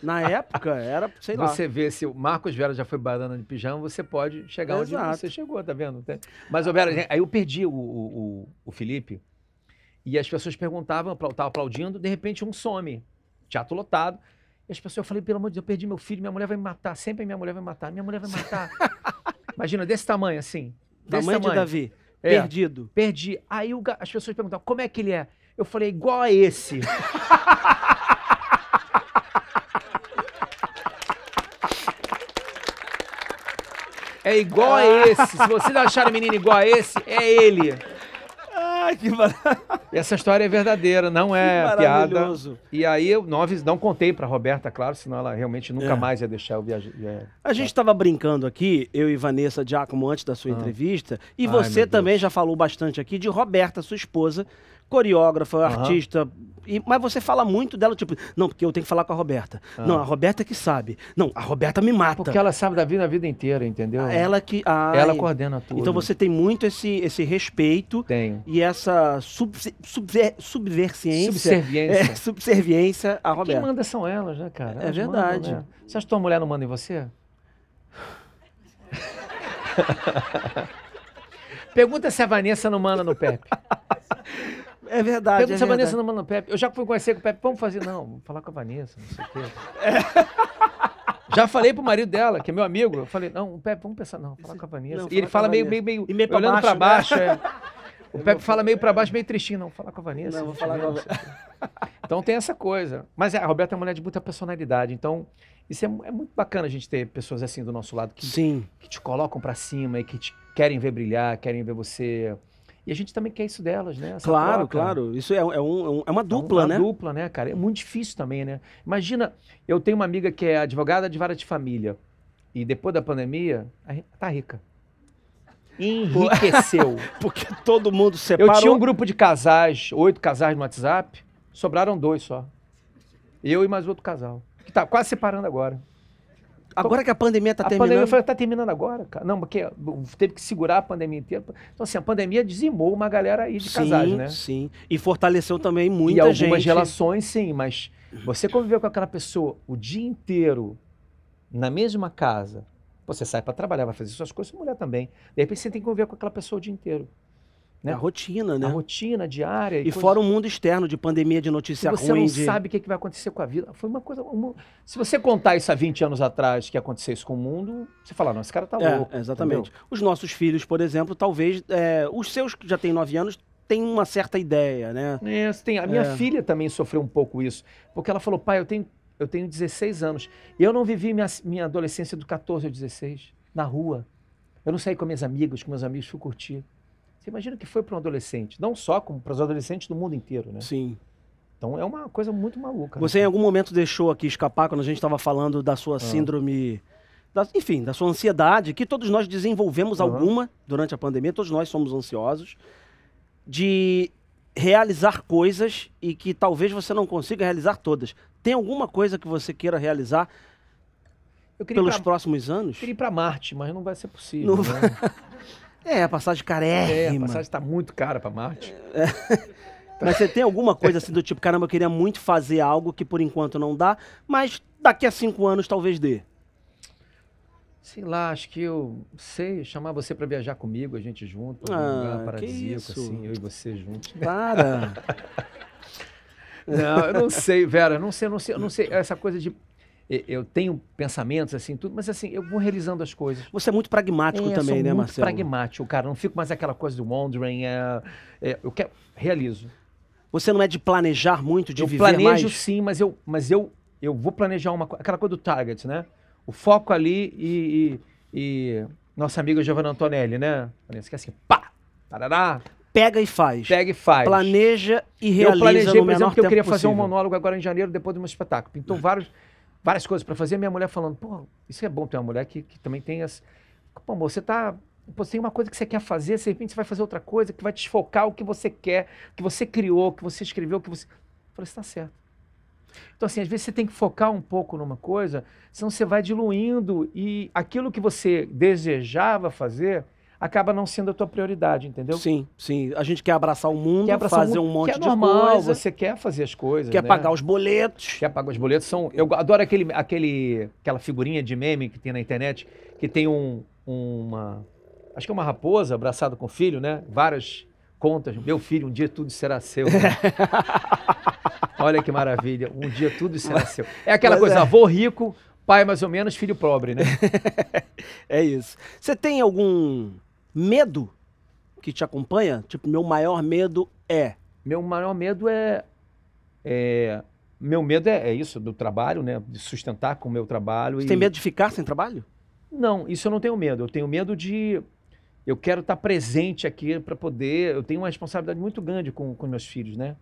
Speaker 1: Na época, era, sei lá.
Speaker 2: você vê se o Marcos Vera já foi banana de pijama, você pode chegar onde
Speaker 1: Exato.
Speaker 2: você chegou, tá vendo? Tem- Mas, ô, Vera, aí eu perdi o, o, o- o Felipe e as pessoas perguntavam, eu tava aplaudindo, de repente um some. teatro lotado. E as pessoas, eu falei, pelo amor de Deus, eu perdi meu filho, minha mulher vai me matar, sempre minha mulher vai me matar, minha mulher vai me matar. Imagina, desse tamanho, assim.
Speaker 1: Da
Speaker 2: Desse
Speaker 1: mãe de
Speaker 2: tamanho.
Speaker 1: Davi,
Speaker 2: É,
Speaker 1: perdido.
Speaker 2: perdi. Aí o ga- as pessoas perguntavam, como é que ele é? Eu falei, igual a esse. É igual a esse. Se vocês acharam o menino igual a esse, é ele.
Speaker 1: Ai, que, mara-
Speaker 2: Essa história é verdadeira, não é
Speaker 1: que
Speaker 2: piada.
Speaker 1: maravilhoso.
Speaker 2: E aí eu não, avis- não contei pra Roberta, claro, senão ela realmente nunca
Speaker 1: É. Tá.
Speaker 2: mais ia deixar eu viajar. é. ia-
Speaker 1: A gente estava brincando aqui, eu e Vanessa Giacomo, antes da sua
Speaker 2: Ah.
Speaker 1: entrevista, e
Speaker 2: Ai, meu
Speaker 1: você
Speaker 2: Deus.
Speaker 1: também já falou bastante aqui de Roberta, sua esposa, coreógrafa,
Speaker 2: Aham.
Speaker 1: artista. e- mas você fala muito dela, tipo, não, porque eu tenho que falar com a Roberta.
Speaker 2: Ah.
Speaker 1: Não, a Roberta é que sabe. Não, a Roberta me mata.
Speaker 2: Porque ela sabe da vida a vida inteira, entendeu?
Speaker 1: Ela que. Ah,
Speaker 2: Ela
Speaker 1: e-
Speaker 2: coordena tudo.
Speaker 1: Então você tem muito esse, esse respeito
Speaker 2: tem.
Speaker 1: e essa subse- subver- subversiência.
Speaker 2: Subserviência. É
Speaker 1: É, subserviência a
Speaker 2: Quem
Speaker 1: Roberta.
Speaker 2: manda são elas, né, cara?
Speaker 1: É
Speaker 2: Elas mandam,
Speaker 1: verdade.
Speaker 2: né? Você acha que tua mulher não manda em você? Pergunta se a Vanessa não manda no Pepe.
Speaker 1: É verdade.
Speaker 2: Pergunta
Speaker 1: Ah, é
Speaker 2: se a
Speaker 1: verdade.
Speaker 2: Vanessa não manda no Pepe. Eu já fui conhecer com o Pepe. Vamos fazer. Não, vou falar com a Vanessa, não sei o quê. Já falei pro marido dela, que é meu amigo. Eu falei, não, Pepe, vamos pensar. Não, falar com a Vanessa.
Speaker 1: Não,
Speaker 2: e
Speaker 1: falar
Speaker 2: ele
Speaker 1: com a
Speaker 2: fala meio,
Speaker 1: Vanessa.
Speaker 2: meio, meio,
Speaker 1: E meio pra
Speaker 2: olhando pra
Speaker 1: baixo, né?
Speaker 2: baixo. é. O Pepe fala meio pra baixo, meio tristinho. Não, falar com a Vanessa.
Speaker 1: Não, vou falar com a-
Speaker 2: Então tem essa coisa. Mas a Roberta é uma mulher de muita personalidade. Então, isso é, mu- é muito bacana a gente ter pessoas assim do nosso lado que,
Speaker 1: Sim.
Speaker 2: que te colocam pra cima e que te querem ver brilhar, querem ver você. E a gente também quer isso delas, né? Essa
Speaker 1: Claro,
Speaker 2: troca.
Speaker 1: claro. Isso é, um- é um- é um- é uma
Speaker 2: É um-
Speaker 1: dupla,
Speaker 2: uma
Speaker 1: né?
Speaker 2: Dupla, né, cara? É muito difícil também, né? Imagina, eu tenho uma amiga que é advogada de vara de família. E depois da pandemia, a ri- tá rica. Enriqueceu.
Speaker 1: Porque todo mundo
Speaker 2: Eu
Speaker 1: separou.
Speaker 2: tinha um grupo de casais, oito casais no WhatsApp, sobraram dois só. Eu e mais outro casal. Que tá quase separando agora.
Speaker 1: Agora que a pandemia tá
Speaker 2: a
Speaker 1: terminando.
Speaker 2: pandemia foi, tá terminando agora, cara. Não, porque teve que segurar a pandemia inteira. Então, assim, a pandemia dizimou uma galera aí de
Speaker 1: sim,
Speaker 2: casais, né?
Speaker 1: sim. E fortaleceu também muita
Speaker 2: e algumas
Speaker 1: gente.
Speaker 2: relações, sim, mas você conviver com aquela pessoa o dia inteiro na mesma casa, você sai pra trabalhar, vai fazer suas coisas, sua mulher também. De repente você tem que conviver com aquela pessoa o dia inteiro. né?
Speaker 1: A rotina, né?
Speaker 2: A rotina diária.
Speaker 1: E
Speaker 2: coisas-
Speaker 1: fora o mundo externo de pandemia, de
Speaker 2: Se
Speaker 1: notícia
Speaker 2: você
Speaker 1: ruim.
Speaker 2: não
Speaker 1: de-
Speaker 2: sabe o que é que vai acontecer com a vida. Foi uma coisa. uma- Se você contar isso há 20 anos atrás, que ia acontecer isso com o mundo, você fala, não, esse cara tá louco.
Speaker 1: É, exatamente. Os nossos filhos, por exemplo, talvez. é, os seus que já têm nove anos têm uma certa ideia, né?
Speaker 2: É, você tem- a minha
Speaker 1: É.
Speaker 2: filha também sofreu um pouco isso. Porque ela falou, pai, eu tenho, eu tenho 16 anos. E eu não vivi minha, minha adolescência do 14 ao 16, na rua. Eu não saí com minhas amigas, com meus amigos, fui curtir. Você imagina o que foi para um adolescente, não só como para os adolescentes do mundo inteiro, né?
Speaker 1: Sim.
Speaker 2: Então é uma coisa muito maluca. né? Ah.
Speaker 1: Você é em algum momento deixou aqui escapar quando a gente estava falando da sua síndrome. da- enfim, da sua ansiedade, que todos nós desenvolvemos
Speaker 2: Aham.
Speaker 1: alguma durante a pandemia, todos nós somos ansiosos, de realizar coisas e que talvez você não consiga realizar todas. Tem alguma coisa que você queira realizar
Speaker 2: eu queria
Speaker 1: pelos
Speaker 2: ir pra-
Speaker 1: próximos anos?
Speaker 2: queria ir para Marte, mas não vai ser possível.
Speaker 1: Não
Speaker 2: né?
Speaker 1: É, a passagem
Speaker 2: É, a
Speaker 1: carérrima.
Speaker 2: passagem tá muito cara pra Marte.
Speaker 1: Mas você tem alguma coisa assim do tipo, caramba, eu queria muito fazer algo que por enquanto não dá, mas daqui a cinco anos talvez dê.
Speaker 2: Sei lá, acho que eu sei chamar você pra viajar comigo, a gente junto, pra
Speaker 1: Ah,
Speaker 2: um lugar
Speaker 1: que
Speaker 2: paradisíaco,
Speaker 1: isso?
Speaker 2: assim, eu e você juntos.
Speaker 1: Para!
Speaker 2: Não, eu não sei, Vera, eu não sei, eu não sei, eu não sei. Essa coisa de. e- Eu tenho pensamentos assim, tudo, mas assim, eu vou realizando as coisas.
Speaker 1: Você é muito pragmático
Speaker 2: É, eu sou
Speaker 1: também, né,
Speaker 2: muito
Speaker 1: Marcelo?
Speaker 2: pragmático, cara. Não fico mais aquela coisa do wondering. É, é, eu quero. Realizo.
Speaker 1: Você não é de planejar muito, de
Speaker 2: eu
Speaker 1: viver
Speaker 2: planejo
Speaker 1: mais?
Speaker 2: sim, mas eu, mas eu, eu vou planejar uma coisa. Aquela coisa do target, né? O foco ali e. e, e nossa amiga Giovanna Antonelli, né? Vanessa, que é assim, pá! Parará,
Speaker 1: Pega e faz.
Speaker 2: pega e faz.
Speaker 1: Planeja e
Speaker 2: eu
Speaker 1: realiza
Speaker 2: planejei,
Speaker 1: no
Speaker 2: por
Speaker 1: menor
Speaker 2: exemplo, que eu
Speaker 1: tempo
Speaker 2: queria fazer
Speaker 1: possível.
Speaker 2: um
Speaker 1: Hum.
Speaker 2: monólogo agora em janeiro, depois do meu espetáculo. Pintou vários, várias coisas pra fazer. Minha mulher falando, pô, isso é bom ter uma mulher que, que também tem as. Pô, amor, você tá. Pô, você tem uma coisa que você quer fazer, de repente você vai fazer outra coisa que vai desfocar o que você quer, que você criou, que você escreveu, que você. Eu falei, você tá certo. Então, assim, às vezes você tem que focar um pouco numa coisa, senão você vai diluindo e aquilo que você desejava fazer acaba não sendo a tua prioridade, entendeu?
Speaker 1: Sim, sim. A gente quer abraçar o mundo,
Speaker 2: Quer abraçar o
Speaker 1: fazer
Speaker 2: mundo,
Speaker 1: um monte
Speaker 2: que é
Speaker 1: de
Speaker 2: normal,
Speaker 1: coisa,
Speaker 2: Você quer fazer as coisas.
Speaker 1: quer
Speaker 2: né?
Speaker 1: pagar os boletos.
Speaker 2: Quer pagar os boletos. São, eu adoro aquele, aquele, aquela figurinha de meme que tem na internet, que tem um, uma. Acho que é uma raposa abraçada com o filho, né? Vários contas. Meu filho, um dia tudo será seu. Olha que maravilha. Um dia tudo será seu. É aquela
Speaker 1: mas
Speaker 2: coisa,
Speaker 1: é.
Speaker 2: avô rico, pai mais ou menos, filho pobre, né?
Speaker 1: É isso. Você tem algum medo que te acompanha? Tipo, meu maior medo é.
Speaker 2: Meu maior medo é. é- meu medo é, é isso, do trabalho, né? De sustentar com o meu trabalho.
Speaker 1: Você
Speaker 2: e-
Speaker 1: tem medo de ficar sem trabalho?
Speaker 2: Não, isso eu não tenho medo. Eu tenho medo de. Eu quero estar presente aqui para poder. Eu tenho uma responsabilidade muito grande com, com meus filhos, né?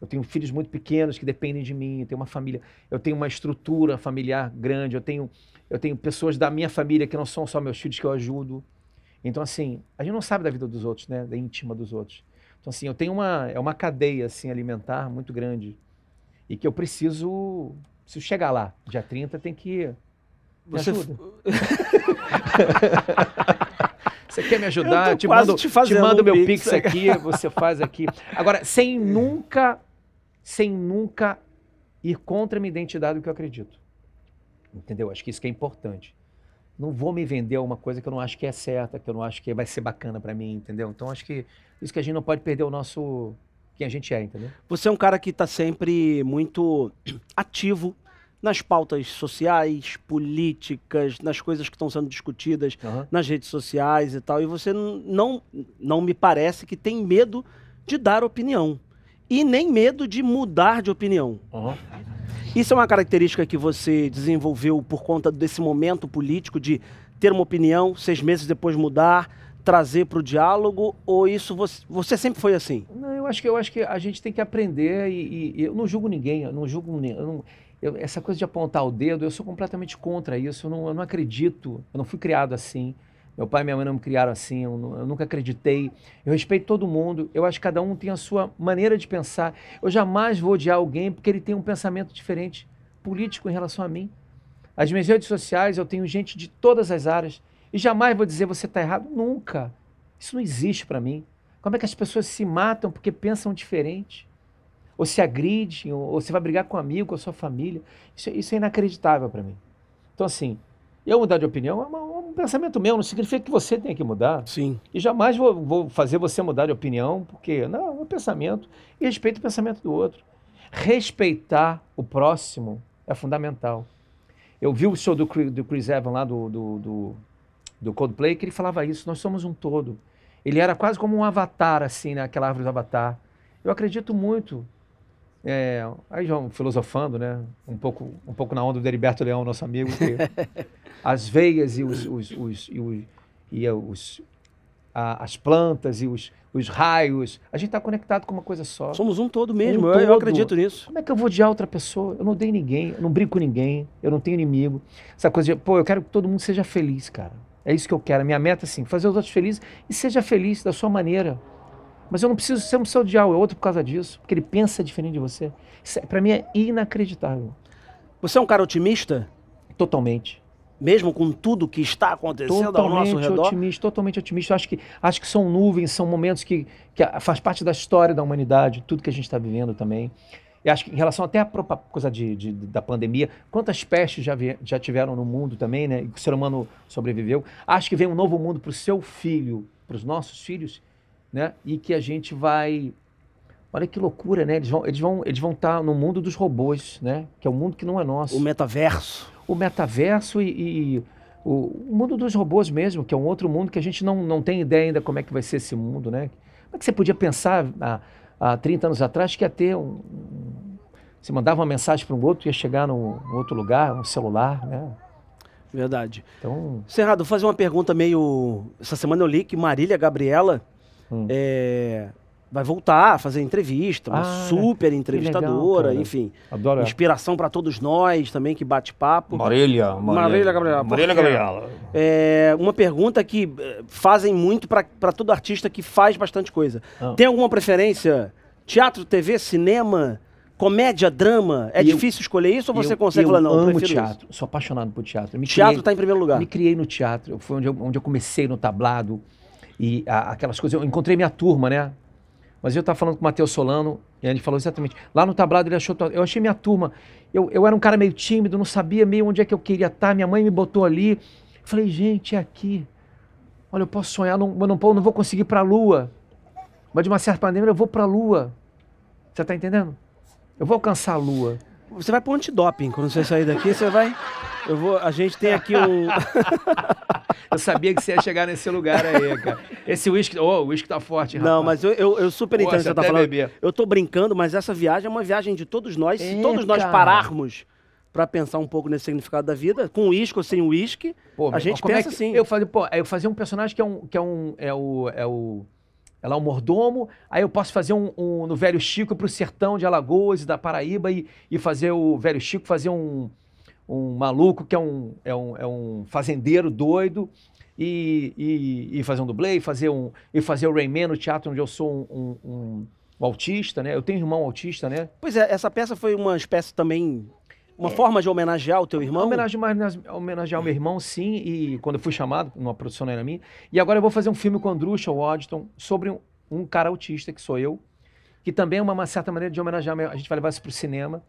Speaker 2: Eu tenho filhos muito pequenos que dependem de mim. Eu tenho uma família. Eu tenho uma estrutura familiar grande. Eu tenho, eu tenho pessoas da minha família que não são só meus filhos que eu ajudo. Então, assim, a gente não sabe da vida dos outros, né? Da íntima dos outros. Então, assim, eu tenho uma. É uma cadeia assim, alimentar muito grande. E que eu preciso. Preciso chegar lá. Dia 30 tem que. Me
Speaker 1: Você
Speaker 2: ajuda. Você quer me
Speaker 1: Eu
Speaker 2: ajudar?
Speaker 1: tô
Speaker 2: Eu te
Speaker 1: quase
Speaker 2: mando,
Speaker 1: te
Speaker 2: te
Speaker 1: fazendo
Speaker 2: mando
Speaker 1: um
Speaker 2: meu
Speaker 1: pix
Speaker 2: pix aqui, você faz aqui. Agora, sem nunca, sem nunca ir contra a minha identidade do que eu acredito. Entendeu? Acho que isso que é importante. Não vou me vender a uma coisa que eu não acho que é certa, que eu não acho que vai ser bacana pra mim, entendeu? Então acho que isso que a gente não pode perder o nosso quem a gente é, entendeu?
Speaker 1: Você é um cara que está sempre muito ativo nas pautas sociais, políticas, nas coisas que estão sendo discutidas nas redes sociais e tal. E você n- não, não me parece que tem medo de dar opinião. E nem medo de mudar de opinião.
Speaker 2: Aham.
Speaker 1: Isso é uma característica que você desenvolveu por conta desse momento político de ter uma opinião, seis meses depois mudar, trazer para o diálogo? Ou isso você, você sempre foi assim?
Speaker 2: Não, eu acho que eu acho que a gente tem que aprender e, e- e eu não julgo ninguém, eu não julgo ni- eu não- eu- essa coisa de apontar o dedo, eu sou completamente contra isso, eu não, eu não acredito, eu não fui criado assim. Meu pai e minha mãe não me criaram assim, eu, nu- eu nunca acreditei. Eu respeito todo mundo, eu acho que cada um tem a sua maneira de pensar. Eu jamais vou odiar alguém porque ele tem um pensamento diferente político em relação a mim. As minhas redes sociais, eu tenho gente de todas as áreas e jamais vou dizer você está errado, nunca. Isso não existe para mim. Como é que as pessoas se matam porque pensam diferente? Ou se agridem, ou, ou você vai brigar com um amigo, com a sua família. Isso, isso é inacreditável para mim. Então, assim, eu mudar de opinião é uma- um pensamento meu, não significa que você tenha que mudar.
Speaker 1: Sim.
Speaker 2: E jamais vou, vou fazer você mudar de opinião, porque não, é um pensamento. E respeito o pensamento do outro. Respeitar o próximo é fundamental. Eu vi o show do Chris, do Chris Evans lá do, do, do, do Coldplay, que ele falava isso, nós somos um todo. Ele era quase como um avatar, assim, né? aquela árvore do avatar. Eu acredito muito. É, aí já filosofando, né? Um pouco, um pouco na onda do Heriberto Leão, nosso amigo, que as veias e os, os, os- e os, e os a- as plantas e os, os raios. A gente está conectado com uma coisa só.
Speaker 1: Somos um todo mesmo,
Speaker 2: Um
Speaker 1: eu- eu
Speaker 2: todo.
Speaker 1: acredito nisso.
Speaker 2: Como é que eu vou odiar outra pessoa? Eu não odeio ninguém, eu não brigo com ninguém, eu não tenho inimigo. Essa coisa de, pô, eu quero que todo mundo seja feliz, cara. É isso que eu quero. A minha meta é assim, fazer os outros felizes e seja feliz da sua maneira. Mas eu não preciso, você não precisa odiar o outro por causa disso, porque ele pensa diferente de você. Isso, é- pra mim é inacreditável.
Speaker 1: Você é um cara otimista,
Speaker 2: Totalmente.
Speaker 1: mesmo com tudo que está acontecendo ao nosso
Speaker 2: Totalmente
Speaker 1: redor?
Speaker 2: otimista, totalmente otimista. Eu acho que, acho que são nuvens, são momentos que, que a- faz parte da história da humanidade, tudo que a gente está vivendo também. E acho que em relação até à própria coisa de, de- da pandemia, quantas pestes já, vie- já tiveram no mundo também, né? E que o ser humano sobreviveu. Acho que vem um novo mundo para o seu filho, para os nossos filhos, né? E que a gente vai. Olha que loucura, né? Eles vão estar eles vão, eles vão tá no mundo dos robôs, né? Que é um mundo que não é nosso
Speaker 1: O metaverso.
Speaker 2: o metaverso e, e o, o mundo dos robôs mesmo, que é um outro mundo que a gente não, não tem ideia ainda como é que vai ser esse mundo, né? Como é que você podia pensar há, há 30 anos atrás que ia ter um... um- Você mandava uma mensagem para um outro, ia chegar num num outro lugar, um celular, né?
Speaker 1: Verdade.
Speaker 2: Então...
Speaker 1: Serrado, vou fazer uma pergunta meio. Essa semana eu li que Marília Gabriela
Speaker 2: Hum.
Speaker 1: é, vai voltar a fazer entrevista, uma
Speaker 2: Ah,
Speaker 1: super
Speaker 2: legal,
Speaker 1: entrevistadora,
Speaker 2: cara.
Speaker 1: enfim.
Speaker 2: Adoro...
Speaker 1: Inspiração para todos nós também, que bate papo.
Speaker 4: Marília,
Speaker 1: Marília Gabriela, por
Speaker 4: Marília
Speaker 1: quê?
Speaker 4: Gabriela.
Speaker 1: É uma pergunta que eh, fazem muito para todo artista que faz bastante coisa.
Speaker 2: Ah.
Speaker 1: Tem alguma preferência? Teatro, TV, cinema, comédia, drama? É
Speaker 2: E eu-
Speaker 1: difícil escolher isso ou você
Speaker 2: eu,
Speaker 1: consegue
Speaker 2: eu
Speaker 1: falar, não, eu
Speaker 2: amo
Speaker 1: prefiro
Speaker 2: teatro, sou apaixonado por teatro. Eu me
Speaker 1: isso? Teatro
Speaker 2: criei-
Speaker 1: está em primeiro lugar.
Speaker 2: Me criei no teatro, foi onde eu, onde eu comecei no tablado e a- aquelas coisas. Eu encontrei minha turma, né? Mas eu estava falando com o Matheus Solano e ele falou exatamente. Lá no tablado ele achou. tua- Eu achei minha turma. Eu, eu era um cara meio tímido, não sabia meio onde é que eu queria estar. Minha mãe me botou ali. Eu falei, gente, é aqui. Olha, eu posso sonhar, não, eu não, eu não vou conseguir ir para a lua. Mas de uma certa maneira eu vou pra lua. Você tá entendendo? Eu vou alcançar a lua.
Speaker 1: Você vai pro antidoping. Quando você sair daqui, você vai. Eu vou. A gente tem aqui um.
Speaker 2: Eu sabia que você ia chegar nesse lugar aí, cara. Esse uísque. Ô, o uísque tá forte, rapaz.
Speaker 1: Não, mas eu, eu, eu super entendo o que você tá falando.
Speaker 2: Beber.
Speaker 1: Eu tô brincando, mas essa viagem é uma viagem de todos nós. Se
Speaker 2: É,
Speaker 1: todos nós
Speaker 2: cara.
Speaker 1: pararmos pra pensar um pouco nesse significado da vida, com uísque ou sem uísque,
Speaker 2: Pô,
Speaker 1: A
Speaker 2: meu irmão,
Speaker 1: gente
Speaker 2: como
Speaker 1: pensa
Speaker 2: é que-
Speaker 1: assim.
Speaker 2: Eu fazia, pô, eu fazia um personagem que é um. Que é, um é o. É o. É lá o mordomo. Aí eu posso fazer um, um no Velho Chico pro sertão de Alagoas e da Paraíba e, e fazer o Velho Chico fazer um. Um maluco que é um, é um, é um fazendeiro doido. E, e, e fazer um dublê, e fazer um. E fazer o Rayman no teatro onde eu sou um, um- um- um autista, né? Eu tenho um irmão autista, né?
Speaker 1: Pois é, essa peça foi uma espécie também.
Speaker 2: É.
Speaker 1: Uma forma de homenagear o teu irmão?
Speaker 2: Homenagem, mais- homenagear o meu irmão, sim, e quando eu fui chamado, numa produção não era minha. E agora eu vou fazer um filme com o Andrusha Waddington sobre um, um cara autista, que sou eu, que também é uma, uma certa maneira de homenagear. meu- A gente vai levar isso pro cinema.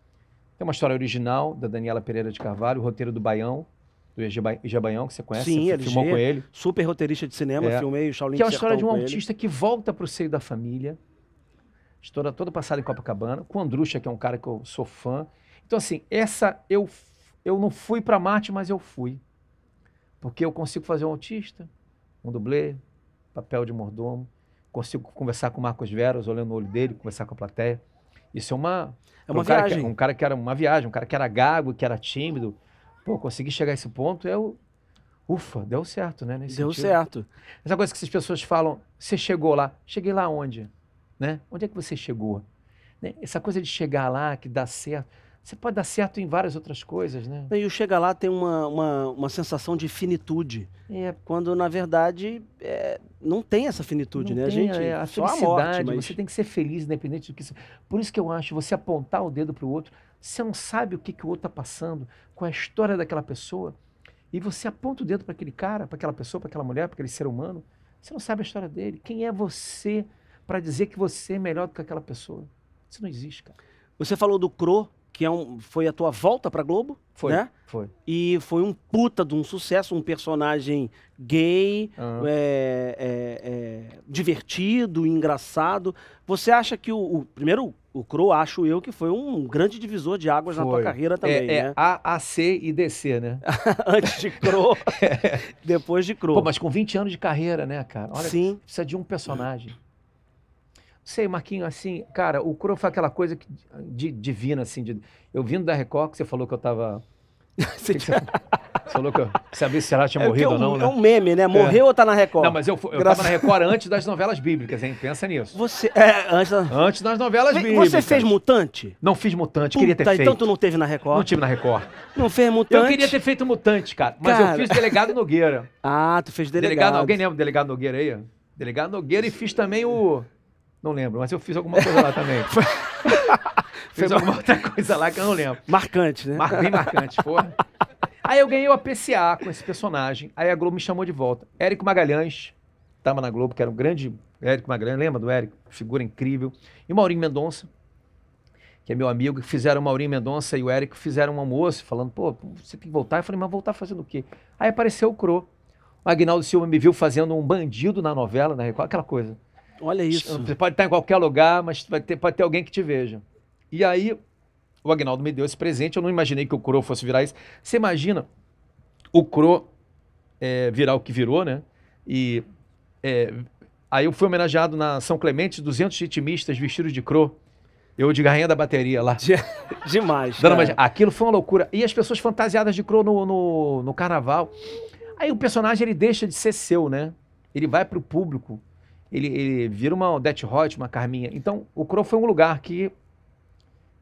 Speaker 2: Tem uma história original da Daniela Pereira de Carvalho, o roteiro do Baião, do EG Ba- EG Baião, que você conhece,
Speaker 1: Sim,
Speaker 2: você
Speaker 1: LG.
Speaker 2: filmou com ele.
Speaker 1: Super roteirista de cinema,
Speaker 2: É.
Speaker 1: filmei o Shaolin
Speaker 2: Que é a
Speaker 1: do
Speaker 2: história de um
Speaker 1: Sertão com ele.
Speaker 2: autista que volta pro seio da família, história toda passada em Copacabana, com o Andrucha, que é um cara que eu sou fã. Então, assim, essa eu, f- eu não fui pra Marte, mas eu fui. Porque eu consigo fazer um autista, um dublê, papel de mordomo, consigo conversar com o Marcos Veras, olhando no olho dele, conversar com a plateia. Isso é uma.
Speaker 1: É uma
Speaker 2: um cara que-
Speaker 1: viagem.
Speaker 2: um cara que era uma viagem, um cara que era gago, que era tímido. Pô, consegui chegar a esse ponto, eu. Ufa, deu certo, né? Nesse
Speaker 1: Deu
Speaker 2: sentido.
Speaker 1: certo.
Speaker 2: Essa coisa que as pessoas falam, você chegou lá, cheguei lá onde? Né? Onde é que você chegou? Né? Essa coisa de chegar lá, que dá certo. Você pode dar certo em várias outras coisas, né?
Speaker 1: E o Chega Lá tem uma, uma, uma sensação de finitude,
Speaker 2: É,
Speaker 1: quando na verdade é, não tem essa finitude,
Speaker 2: não
Speaker 1: né?
Speaker 2: tem,
Speaker 1: a gente,
Speaker 2: é, a
Speaker 1: só a
Speaker 2: felicidade,
Speaker 1: morte, mas...
Speaker 2: você tem que ser feliz, independente do que... você- Por isso que eu acho, você apontar o dedo para o outro, você não sabe o que, que o outro está passando, qual é a história daquela pessoa, e você aponta o dedo para aquele cara, para aquela pessoa, para aquela mulher, para aquele ser humano, você não sabe a história dele. Quem é você para dizer que você é melhor do que aquela pessoa? Isso não existe, cara.
Speaker 1: Você falou do Cro, que é um, foi a tua volta pra Globo,
Speaker 2: Foi,
Speaker 1: né?
Speaker 2: foi.
Speaker 1: E foi um puta de um sucesso, um personagem gay, é, é, é, divertido, engraçado. Você acha que o, o- primeiro o Cro acho eu que foi um grande divisor de águas na tua
Speaker 2: Foi.
Speaker 1: carreira
Speaker 2: É,
Speaker 1: também,
Speaker 2: é
Speaker 1: né?
Speaker 2: A, A, C e DC, né?
Speaker 1: Antes de Cro, depois de Cro.
Speaker 2: Pô, mas com 20 anos de carreira, né, cara? Olha
Speaker 1: Sim.
Speaker 2: precisa de um personagem. Não sei, Marquinho, assim, cara, o Cro foi aquela coisa que, de, divina, assim. de- eu vindo da Record, que você falou que eu tava.
Speaker 1: Você
Speaker 2: que que você, você falou que eu sabia se ela tinha
Speaker 1: É, porque
Speaker 2: morrido
Speaker 1: é
Speaker 2: ou
Speaker 1: um,
Speaker 2: não,
Speaker 1: É
Speaker 2: né?
Speaker 1: um meme, né? Morreu ou tá na Record?
Speaker 2: Não, mas eu, fu- eu
Speaker 1: Graça-
Speaker 2: tava na Record antes das novelas bíblicas, hein? Pensa nisso.
Speaker 1: Você. É, antes da...
Speaker 2: Antes das novelas
Speaker 1: Vem,
Speaker 2: bíblicas.
Speaker 1: Você fez mutante?
Speaker 2: Não fiz mutante, queria ter
Speaker 1: Puta,
Speaker 2: feito.
Speaker 1: Então tu não teve na
Speaker 2: Não
Speaker 1: Record?
Speaker 2: tive na Record. Então,
Speaker 1: Não, fez mutante?
Speaker 2: Eu queria ter feito mutante, cara. Mas
Speaker 1: Cara.
Speaker 2: eu fiz delegado Nogueira.
Speaker 1: Ah, tu fez delegado.
Speaker 2: Delegado. alguém lembra do delegado Nogueira aí? Delegado Nogueira e fiz também o. Não lembro, mas eu fiz alguma coisa lá também. fiz alguma outra coisa lá que eu não lembro.
Speaker 1: Marcante, né?
Speaker 2: Mar- Bem marcante, porra. Aí eu ganhei o APCA com esse personagem. Aí a Globo me chamou de volta. Érico Magalhães, tava na Globo, que era um grande. Érico Magalhães, lembra do Érico? Figura incrível. E Maurinho Mendonça, que é meu amigo, que fizeram o Maurinho Mendonça e o Érico fizeram um almoço, falando, pô, você tem que voltar. Eu falei, mas voltar fazendo o quê? Aí apareceu o Cro. O Agnaldo Silva me viu fazendo um bandido na novela, na Record, aquela coisa.
Speaker 1: Olha isso.
Speaker 2: Você pode estar em qualquer lugar, mas vai ter, pode ter alguém que te veja. E aí, o Agnaldo me deu esse presente. Eu não imaginei que o Cro fosse virar isso. Você imagina o Cro é, virar o que virou, né? E é, aí eu fui homenageado na São Clemente, 200 ritmistas vestidos de Cro. Eu de garrinha da bateria lá.
Speaker 1: Demais. cara.
Speaker 2: Dona Magia, aquilo foi uma loucura. E as pessoas fantasiadas de Crow no, no, no carnaval. Aí o personagem ele deixa de ser seu, né? Ele vai pro público. Ele, ele vira uma Odete Hot, uma Carminha. Então, o Crow foi um lugar que,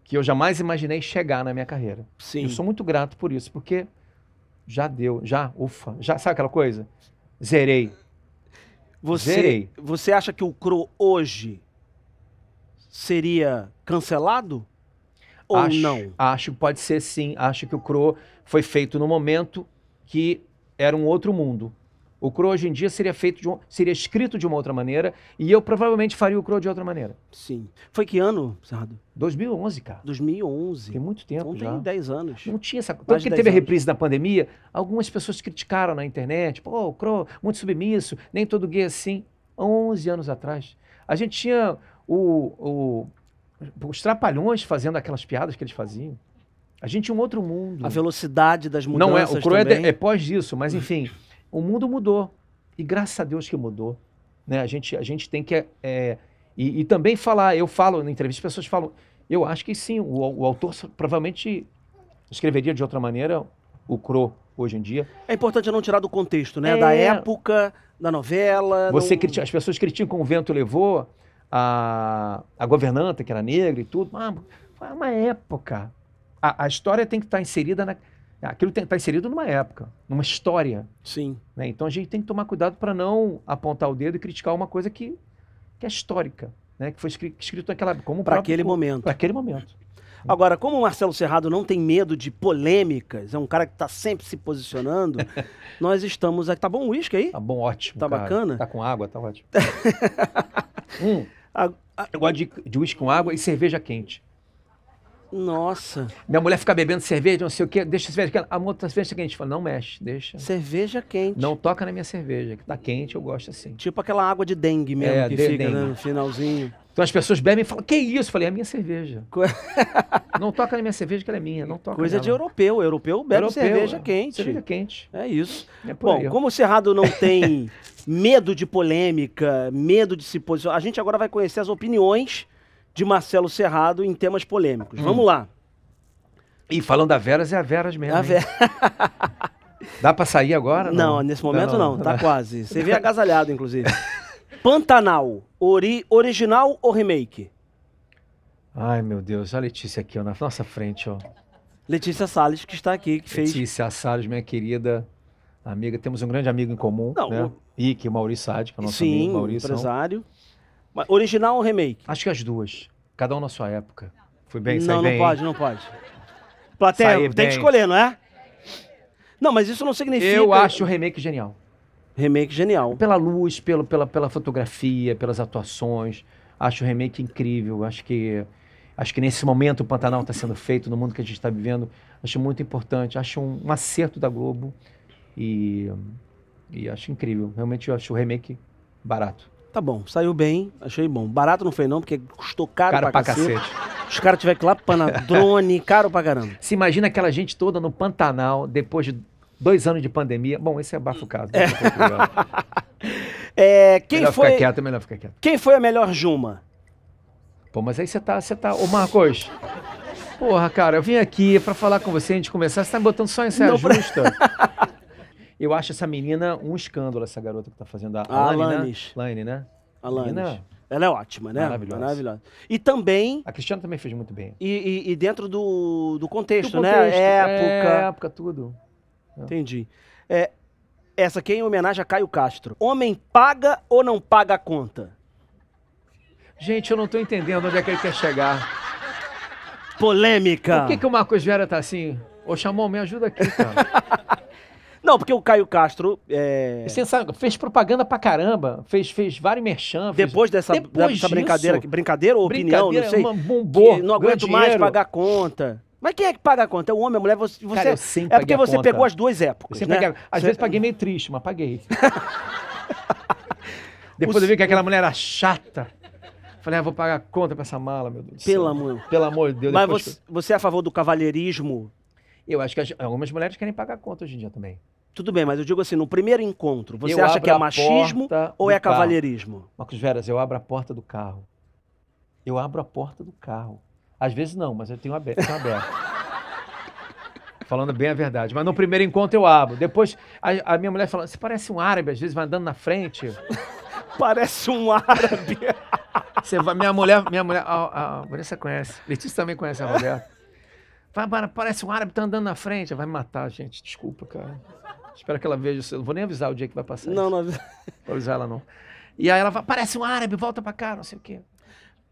Speaker 2: que eu jamais imaginei chegar na minha carreira.
Speaker 1: Sim.
Speaker 2: Eu sou muito grato por isso, porque já deu, já, ufa, já, sabe aquela coisa? Zerei.
Speaker 1: Você,
Speaker 2: Zerei.
Speaker 1: você acha que o Cro hoje seria cancelado? Ou
Speaker 2: acho,
Speaker 1: não?
Speaker 2: Acho que pode ser sim. Acho que o Cro foi feito no momento que era um outro mundo. O Cro hoje em dia seria feito de um- seria escrito de uma outra maneira e eu provavelmente faria o Cro de outra maneira.
Speaker 1: Sim. Foi que ano, Sardo?
Speaker 2: 2011, cara.
Speaker 1: 2011.
Speaker 2: Tem muito tempo
Speaker 1: Então
Speaker 2: já.
Speaker 1: tem 10 anos.
Speaker 2: Não tinha essa coisa.
Speaker 1: Mais de
Speaker 2: Tanto que
Speaker 1: 10
Speaker 2: teve a
Speaker 1: anos.
Speaker 2: reprise da pandemia, algumas pessoas criticaram na internet. Pô, o Cro, muito submisso, nem todo gay é assim. 11 anos atrás. A gente tinha o, o- os trapalhões fazendo aquelas piadas que eles faziam. A gente tinha um outro mundo.
Speaker 1: A velocidade das mudanças
Speaker 2: Não é, o Cruella
Speaker 1: também.
Speaker 2: é, é pós isso, mas enfim, o mundo mudou. E graças a Deus que mudou. Né? A, gente, a gente tem que. é, e, e também falar, eu falo na entrevista, as pessoas falam, eu acho que sim, o, au- o autor so- provavelmente escreveria de outra maneira o Cro hoje em dia.
Speaker 1: É importante não tirar do contexto, né?
Speaker 2: É.
Speaker 1: Da época, da novela.
Speaker 2: Você
Speaker 1: não-
Speaker 2: critica- as pessoas criticam o vento levou, a, a governanta, que era negra e tudo. Ah, foi uma época. A, a história tem que estar inserida na. Aquilo tem que estar inserido numa época, numa história.
Speaker 1: Sim.
Speaker 2: né? Então a gente tem que tomar cuidado para não apontar o dedo e criticar uma coisa que, que é histórica, né? que foi escri- escrito naquela como o
Speaker 1: Para
Speaker 2: próprio- É.
Speaker 1: aquele momento.
Speaker 2: pra aquele momento.
Speaker 1: Agora, como o Marcelo Serrado não tem medo de polêmicas, é um cara que está sempre se posicionando, nós estamos aqui. Tá bom o uísque aí?
Speaker 2: Tá bom, ótimo.
Speaker 1: Tá
Speaker 2: cara.
Speaker 1: bacana?
Speaker 2: Tá com água, tá ótimo. Hum,
Speaker 1: A-
Speaker 2: Eu gosto de de uísque com água e cerveja quente.
Speaker 1: Nossa,
Speaker 2: Minha mulher fica bebendo cerveja, não sei o quê, deixa a cerveja quente. Amor, tá cerveja quente. Eu falo, não mexe, deixa.
Speaker 1: cerveja quente.
Speaker 2: Não toca na minha cerveja, que tá quente, eu gosto assim.
Speaker 1: Tipo aquela água de dengue mesmo
Speaker 2: É,
Speaker 1: que
Speaker 2: de
Speaker 1: fica né,
Speaker 2: dengue.
Speaker 1: no finalzinho.
Speaker 2: Então as pessoas bebem e falam, que isso? Eu falei, é a minha cerveja.
Speaker 1: Co-
Speaker 2: não toca na minha cerveja, que ela é minha, não toca
Speaker 1: Coisa
Speaker 2: nela.
Speaker 1: de europeu. Europeu bebe
Speaker 2: Europeu,
Speaker 1: cerveja
Speaker 2: é.
Speaker 1: quente.
Speaker 2: Cerveja quente.
Speaker 1: É isso.
Speaker 2: É por
Speaker 1: Bom,
Speaker 2: aí, ó.
Speaker 1: como o Cerrado não tem medo de polêmica, medo de se posicionar, a gente agora vai conhecer as opiniões de Marcelo Cerrado em temas polêmicos.
Speaker 2: Hum.
Speaker 1: Vamos lá.
Speaker 2: E falando da Veras, é a Veras mesmo.
Speaker 1: A
Speaker 2: hein?
Speaker 1: Vera-
Speaker 2: Dá pra sair agora?
Speaker 1: Não, nesse momento não, tá quase. Você vê agasalhado, inclusive. Pantanal, ori- original ou remake?
Speaker 2: Ai, meu Deus, olha a Letícia aqui, ó, na nossa frente, ó.
Speaker 1: Letícia Salles, que está aqui, que fez.
Speaker 2: Letícia Salles, minha querida amiga. Temos um grande amigo em comum,
Speaker 1: Não,
Speaker 2: né?
Speaker 1: o-
Speaker 2: E que é o Maurício Sade, que é o nosso
Speaker 1: Sim,
Speaker 2: amigo Maurício.
Speaker 1: empresário. Mas original ou remake?
Speaker 2: Acho que as duas. Cada um na sua época. Foi bem,
Speaker 1: não,
Speaker 2: saiu
Speaker 1: não
Speaker 2: bem.
Speaker 1: pode, não pode. Plateia,
Speaker 2: Saí
Speaker 1: tem
Speaker 2: bem.
Speaker 1: que escolher, não é? Não, mas isso não significa.
Speaker 2: Eu acho o remake genial.
Speaker 1: Remake genial.
Speaker 2: Pela luz, pelo, pela, pela fotografia, pelas atuações. Acho o remake incrível. Acho que, acho que nesse momento o Pantanal está sendo feito, no mundo que a gente está vivendo. Acho muito importante. Acho um, um acerto da Globo. E, e acho incrível. Realmente eu acho o remake barato.
Speaker 1: Tá bom, saiu bem, achei bom. Barato não foi, não, porque custou caro
Speaker 2: Cara pra
Speaker 1: cacete.
Speaker 2: cacete.
Speaker 1: Os caras tiveram que ir lá para drone, caro pra caramba.
Speaker 2: Se imagina aquela gente toda no Pantanal, depois de dois anos de pandemia. Bom, esse é bafo caso. né?
Speaker 1: É, quem,
Speaker 2: melhor
Speaker 1: foi,
Speaker 2: ficar quieto, é melhor ficar quieto.
Speaker 1: quem foi a melhor Juma?
Speaker 2: Pô, mas aí você tá, você tá. Ô, Marcos. Porra, cara, eu vim aqui pra falar com você antes de começar. Você tá me botando só em saia
Speaker 1: Não, pra-
Speaker 2: justa. Eu acho essa menina um escândalo, essa garota que tá fazendo a,
Speaker 1: A
Speaker 2: Lani,
Speaker 1: Alanis.
Speaker 2: né? Lani, né?
Speaker 1: A Alanis.
Speaker 2: Menina.
Speaker 1: Ela é ótima, né?
Speaker 2: Maravilhosa.
Speaker 1: E também,
Speaker 2: A Cristiana também fez muito bem.
Speaker 1: e, e- e dentro do, do contexto,
Speaker 2: Do
Speaker 1: né?
Speaker 2: contexto, É,
Speaker 1: Época.
Speaker 2: época, tudo.
Speaker 1: Entendi. É, essa aqui é em homenagem a Caio Castro. Homem paga ou não paga a conta?
Speaker 2: Gente, eu não tô entendendo onde é que ele quer chegar.
Speaker 1: Polêmica.
Speaker 2: Por que, que o Marcos Vera tá assim? Ô, Chamon, me ajuda aqui, cara.
Speaker 1: Não, porque o Caio Castro, é,
Speaker 2: E sensacional, fez propaganda pra caramba. Fez, fez vários merchan. fez-
Speaker 1: depois dessa,
Speaker 2: Depois
Speaker 1: dessa
Speaker 2: disso,
Speaker 1: brincadeira, que- brincadeira ou opinião, não
Speaker 2: brincadeira, é
Speaker 1: sei,
Speaker 2: uma- bombou.
Speaker 1: que não
Speaker 2: ganhou
Speaker 1: aguento mais
Speaker 2: dinheiro.
Speaker 1: pagar a conta. Mas quem é que paga a conta? É o homem, a mulher? Você, você-
Speaker 2: Cara, eu sempre
Speaker 1: é porque
Speaker 2: paguei a
Speaker 1: você
Speaker 2: conta.
Speaker 1: pegou as duas
Speaker 2: Eu
Speaker 1: épocas,
Speaker 2: sempre
Speaker 1: né?
Speaker 2: paguei- Às
Speaker 1: Você-
Speaker 2: vezes paguei meio triste, mas paguei. Depois eu vi que aquela mulher era chata. Falei, ah, vou pagar a conta pra essa mala, meu Deus. do
Speaker 1: Pelo
Speaker 2: céu.
Speaker 1: amor.
Speaker 2: Pelo amor de Deus.
Speaker 1: Mas
Speaker 2: depois-
Speaker 1: você, você é a favor do cavalheirismo?
Speaker 2: Eu acho que as- algumas mulheres querem pagar a conta hoje em dia também.
Speaker 1: Tudo bem, mas eu digo assim, no primeiro encontro, você
Speaker 2: Eu
Speaker 1: acha
Speaker 2: abro
Speaker 1: que é
Speaker 2: a
Speaker 1: machismo
Speaker 2: porta
Speaker 1: ou
Speaker 2: do
Speaker 1: é
Speaker 2: carro.
Speaker 1: cavalheirismo?
Speaker 2: Marcos Veras, eu abro a porta do carro. Eu abro a porta do carro. Às vezes não, mas eu tenho aberto. Tenho aberto. Falando bem a verdade. Mas no primeiro encontro eu abro. Depois a, a minha mulher fala: você parece um árabe, às vezes vai andando na frente.
Speaker 1: Parece um árabe.
Speaker 2: Você vai- minha mulher, minha mulher, a, a Vanessa conhece, Letícia também conhece a Roberta. Vai, para- parece um árabe, tá andando na frente, vai me matar, gente, desculpa, cara. Espero que ela veja o seu, não vou nem avisar o dia que vai passar
Speaker 1: não,
Speaker 2: isso,
Speaker 1: não.
Speaker 2: vou avisar ela não. E aí ela fala, parece um árabe, volta pra cá, não sei o quê.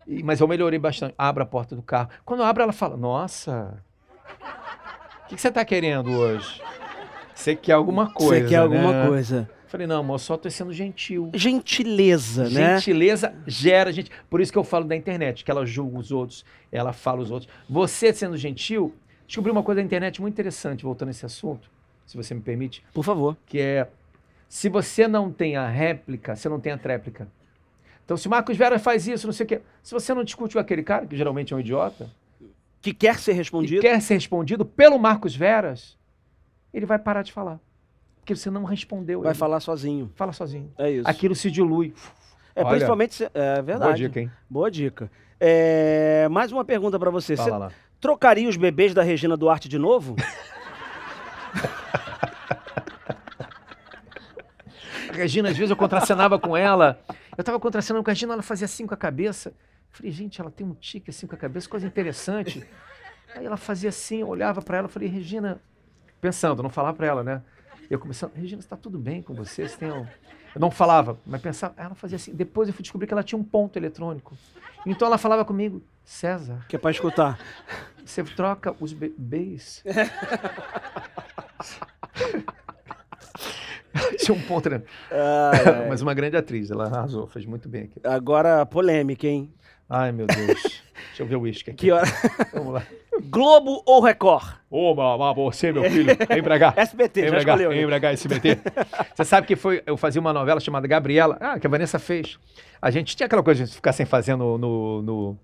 Speaker 2: E- mas eu melhorei bastante, abro a porta do carro. Quando eu abro, ela fala, nossa, o que, que você tá querendo hoje? Você quer alguma coisa,
Speaker 1: você quer é alguma
Speaker 2: né?
Speaker 1: coisa.
Speaker 2: Falei, não, amor, só tô sendo gentil.
Speaker 1: Gentileza, né?
Speaker 2: Gentileza gera gente. Por isso que eu falo da internet, que ela julga os outros, ela fala os outros. Você sendo gentil, descobri uma coisa da internet muito interessante, voltando a esse assunto, se você me permite,
Speaker 1: Por favor.
Speaker 2: que é se você não tem a réplica, você não tem a tréplica. Então, se Marcos Vera faz isso, não sei o quê. Se você não discute com aquele cara, que geralmente é um idiota,
Speaker 1: Que quer ser
Speaker 2: e
Speaker 1: respondido.
Speaker 2: quer ser respondido pelo Marcos Veras, ele vai parar de falar. Porque você não respondeu.
Speaker 1: Vai
Speaker 2: ele.
Speaker 1: falar sozinho.
Speaker 2: Fala sozinho.
Speaker 1: É isso.
Speaker 2: Aquilo se dilui.
Speaker 1: é
Speaker 2: Olha,
Speaker 1: principalmente. se- É verdade.
Speaker 2: Boa dica, hein?
Speaker 1: Boa dica. É, mais uma pergunta pra você. Você
Speaker 2: Fala lá.
Speaker 1: trocaria os bebês da Regina Duarte de novo?
Speaker 2: A Regina, às vezes eu contracenava com ela. Eu tava contracenando com a Regina, ela fazia assim com a cabeça. Eu falei, gente, ela tem um tique assim com a cabeça, coisa interessante. Aí ela fazia assim, eu olhava pra ela, eu falei, Regina, pensando, não falava pra ela, né? Eu começando, Regina, está tudo bem com você? Você tem um... Eu não falava, mas pensava, ela fazia assim. Depois eu fui descobrir que ela tinha um ponto eletrônico. Então ela falava comigo, César,
Speaker 1: que é pra escutar.
Speaker 2: Você troca os bebês. Tinha um ponto, né?
Speaker 1: Ah,
Speaker 2: Mas uma grande atriz, ela arrasou, fez muito bem aqui.
Speaker 1: agora, polêmica, hein?
Speaker 2: Ai, meu Deus. Deixa eu ver o uísque aqui.
Speaker 1: Que hora?
Speaker 2: Vamos lá.
Speaker 1: Globo ou Record?
Speaker 2: Ô, mamá, você, meu filho, vem pra cá.
Speaker 1: SBT,
Speaker 2: Vem
Speaker 1: É. já
Speaker 2: pra cá,
Speaker 1: escolheu.
Speaker 2: vem
Speaker 1: né?
Speaker 2: pra cá, SBT. Você sabe que foi, eu fazia uma novela chamada Gabriela, ah, que a Vanessa fez. A gente tinha aquela coisa de ficar sem fazer no, no, no,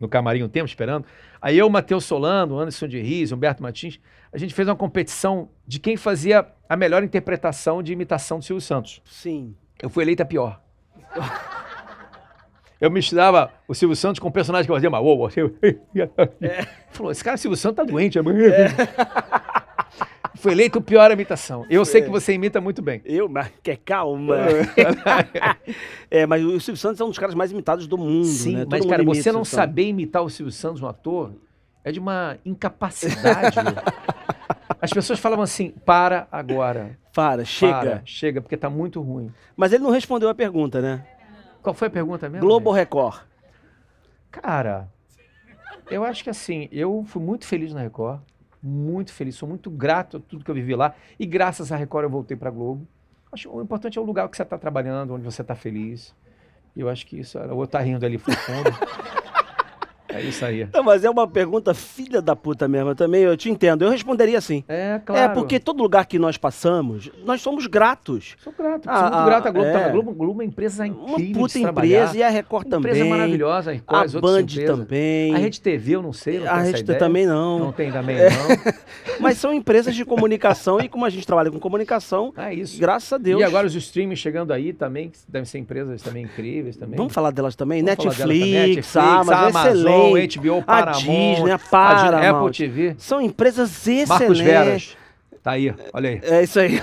Speaker 2: no camarim um tempo, esperando. Aí eu, Matheus Solano, Anderson de Riz, Humberto Martins, a gente fez uma competição de quem fazia a melhor interpretação de imitação do Silvio Santos.
Speaker 1: Sim.
Speaker 2: Eu fui eleita a pior. Eu misturava o Silvio Santos com o personagem que eu fazia, mas uou, uou, Silvio-
Speaker 1: É.
Speaker 2: falou, esse cara Silvio Santos tá doente. É... Foi eleito o pior imitação. Eu sei que você imita muito bem.
Speaker 1: Eu? Mas que calma. é, mas o Silvio Santos é um dos caras mais imitados do mundo,
Speaker 2: Sim,
Speaker 1: né? Todo
Speaker 2: mas
Speaker 1: mundo
Speaker 2: cara,
Speaker 1: imita o
Speaker 2: você não
Speaker 1: Silvio Santos.
Speaker 2: saber imitar o Silvio Santos, um ator, é de uma incapacidade. As pessoas falavam assim, para agora,
Speaker 1: Para, chega.
Speaker 2: para, chega, porque tá muito ruim.
Speaker 1: Mas ele não respondeu a pergunta, né?
Speaker 2: Qual foi a pergunta mesmo?
Speaker 1: Globo ou Record?
Speaker 2: Cara, eu acho que assim, eu fui muito feliz na Record, muito feliz, sou muito grato a tudo que eu vivi lá e graças à Record eu voltei pra Globo. Acho o importante é o lugar que você tá trabalhando, onde você tá feliz. E eu acho que isso, era- o outro tá rindo ali pro fundo. É isso aí.
Speaker 1: Não, mas é uma pergunta filha da puta mesmo. Eu também eu te entendo. Eu responderia sim.
Speaker 2: É, claro.
Speaker 1: É, porque todo lugar que nós passamos, nós somos gratos.
Speaker 2: Sou grato, sou
Speaker 1: Ah,
Speaker 2: muito
Speaker 1: ah,
Speaker 2: grato à Globo.
Speaker 1: é.
Speaker 2: Tá, a Globo, Globo é uma empresa
Speaker 1: Uma
Speaker 2: incrível de
Speaker 1: puta
Speaker 2: se trabalhar.
Speaker 1: empresa e a Record
Speaker 2: Uma
Speaker 1: também.
Speaker 2: empresa é maravilhosa, a Record,
Speaker 1: A
Speaker 2: as outras
Speaker 1: Band
Speaker 2: empresas.
Speaker 1: também.
Speaker 2: A Rede TV eu não sei, não
Speaker 1: A
Speaker 2: tenho essa
Speaker 1: Rede
Speaker 2: ideia.
Speaker 1: também não. É.
Speaker 2: Não tem também, não.
Speaker 1: Mas são empresas de comunicação e como a gente trabalha com comunicação,
Speaker 2: Ah, isso.
Speaker 1: graças a Deus.
Speaker 2: E agora os streams chegando aí também, que devem ser empresas também incríveis também.
Speaker 1: Vamos falar delas também?
Speaker 2: Vamos falar
Speaker 1: Netflix,
Speaker 2: dela também, Netflix,
Speaker 1: Amazon,
Speaker 2: Amazon,
Speaker 1: excelente.
Speaker 2: HBO,
Speaker 1: A
Speaker 2: Paramount,
Speaker 1: Disney, a
Speaker 2: a Di-
Speaker 1: Paramount.
Speaker 2: Apple TV,
Speaker 1: São empresas
Speaker 2: Marcos
Speaker 1: excelentes.
Speaker 2: Veras. Tá aí, olha aí.
Speaker 1: É isso aí.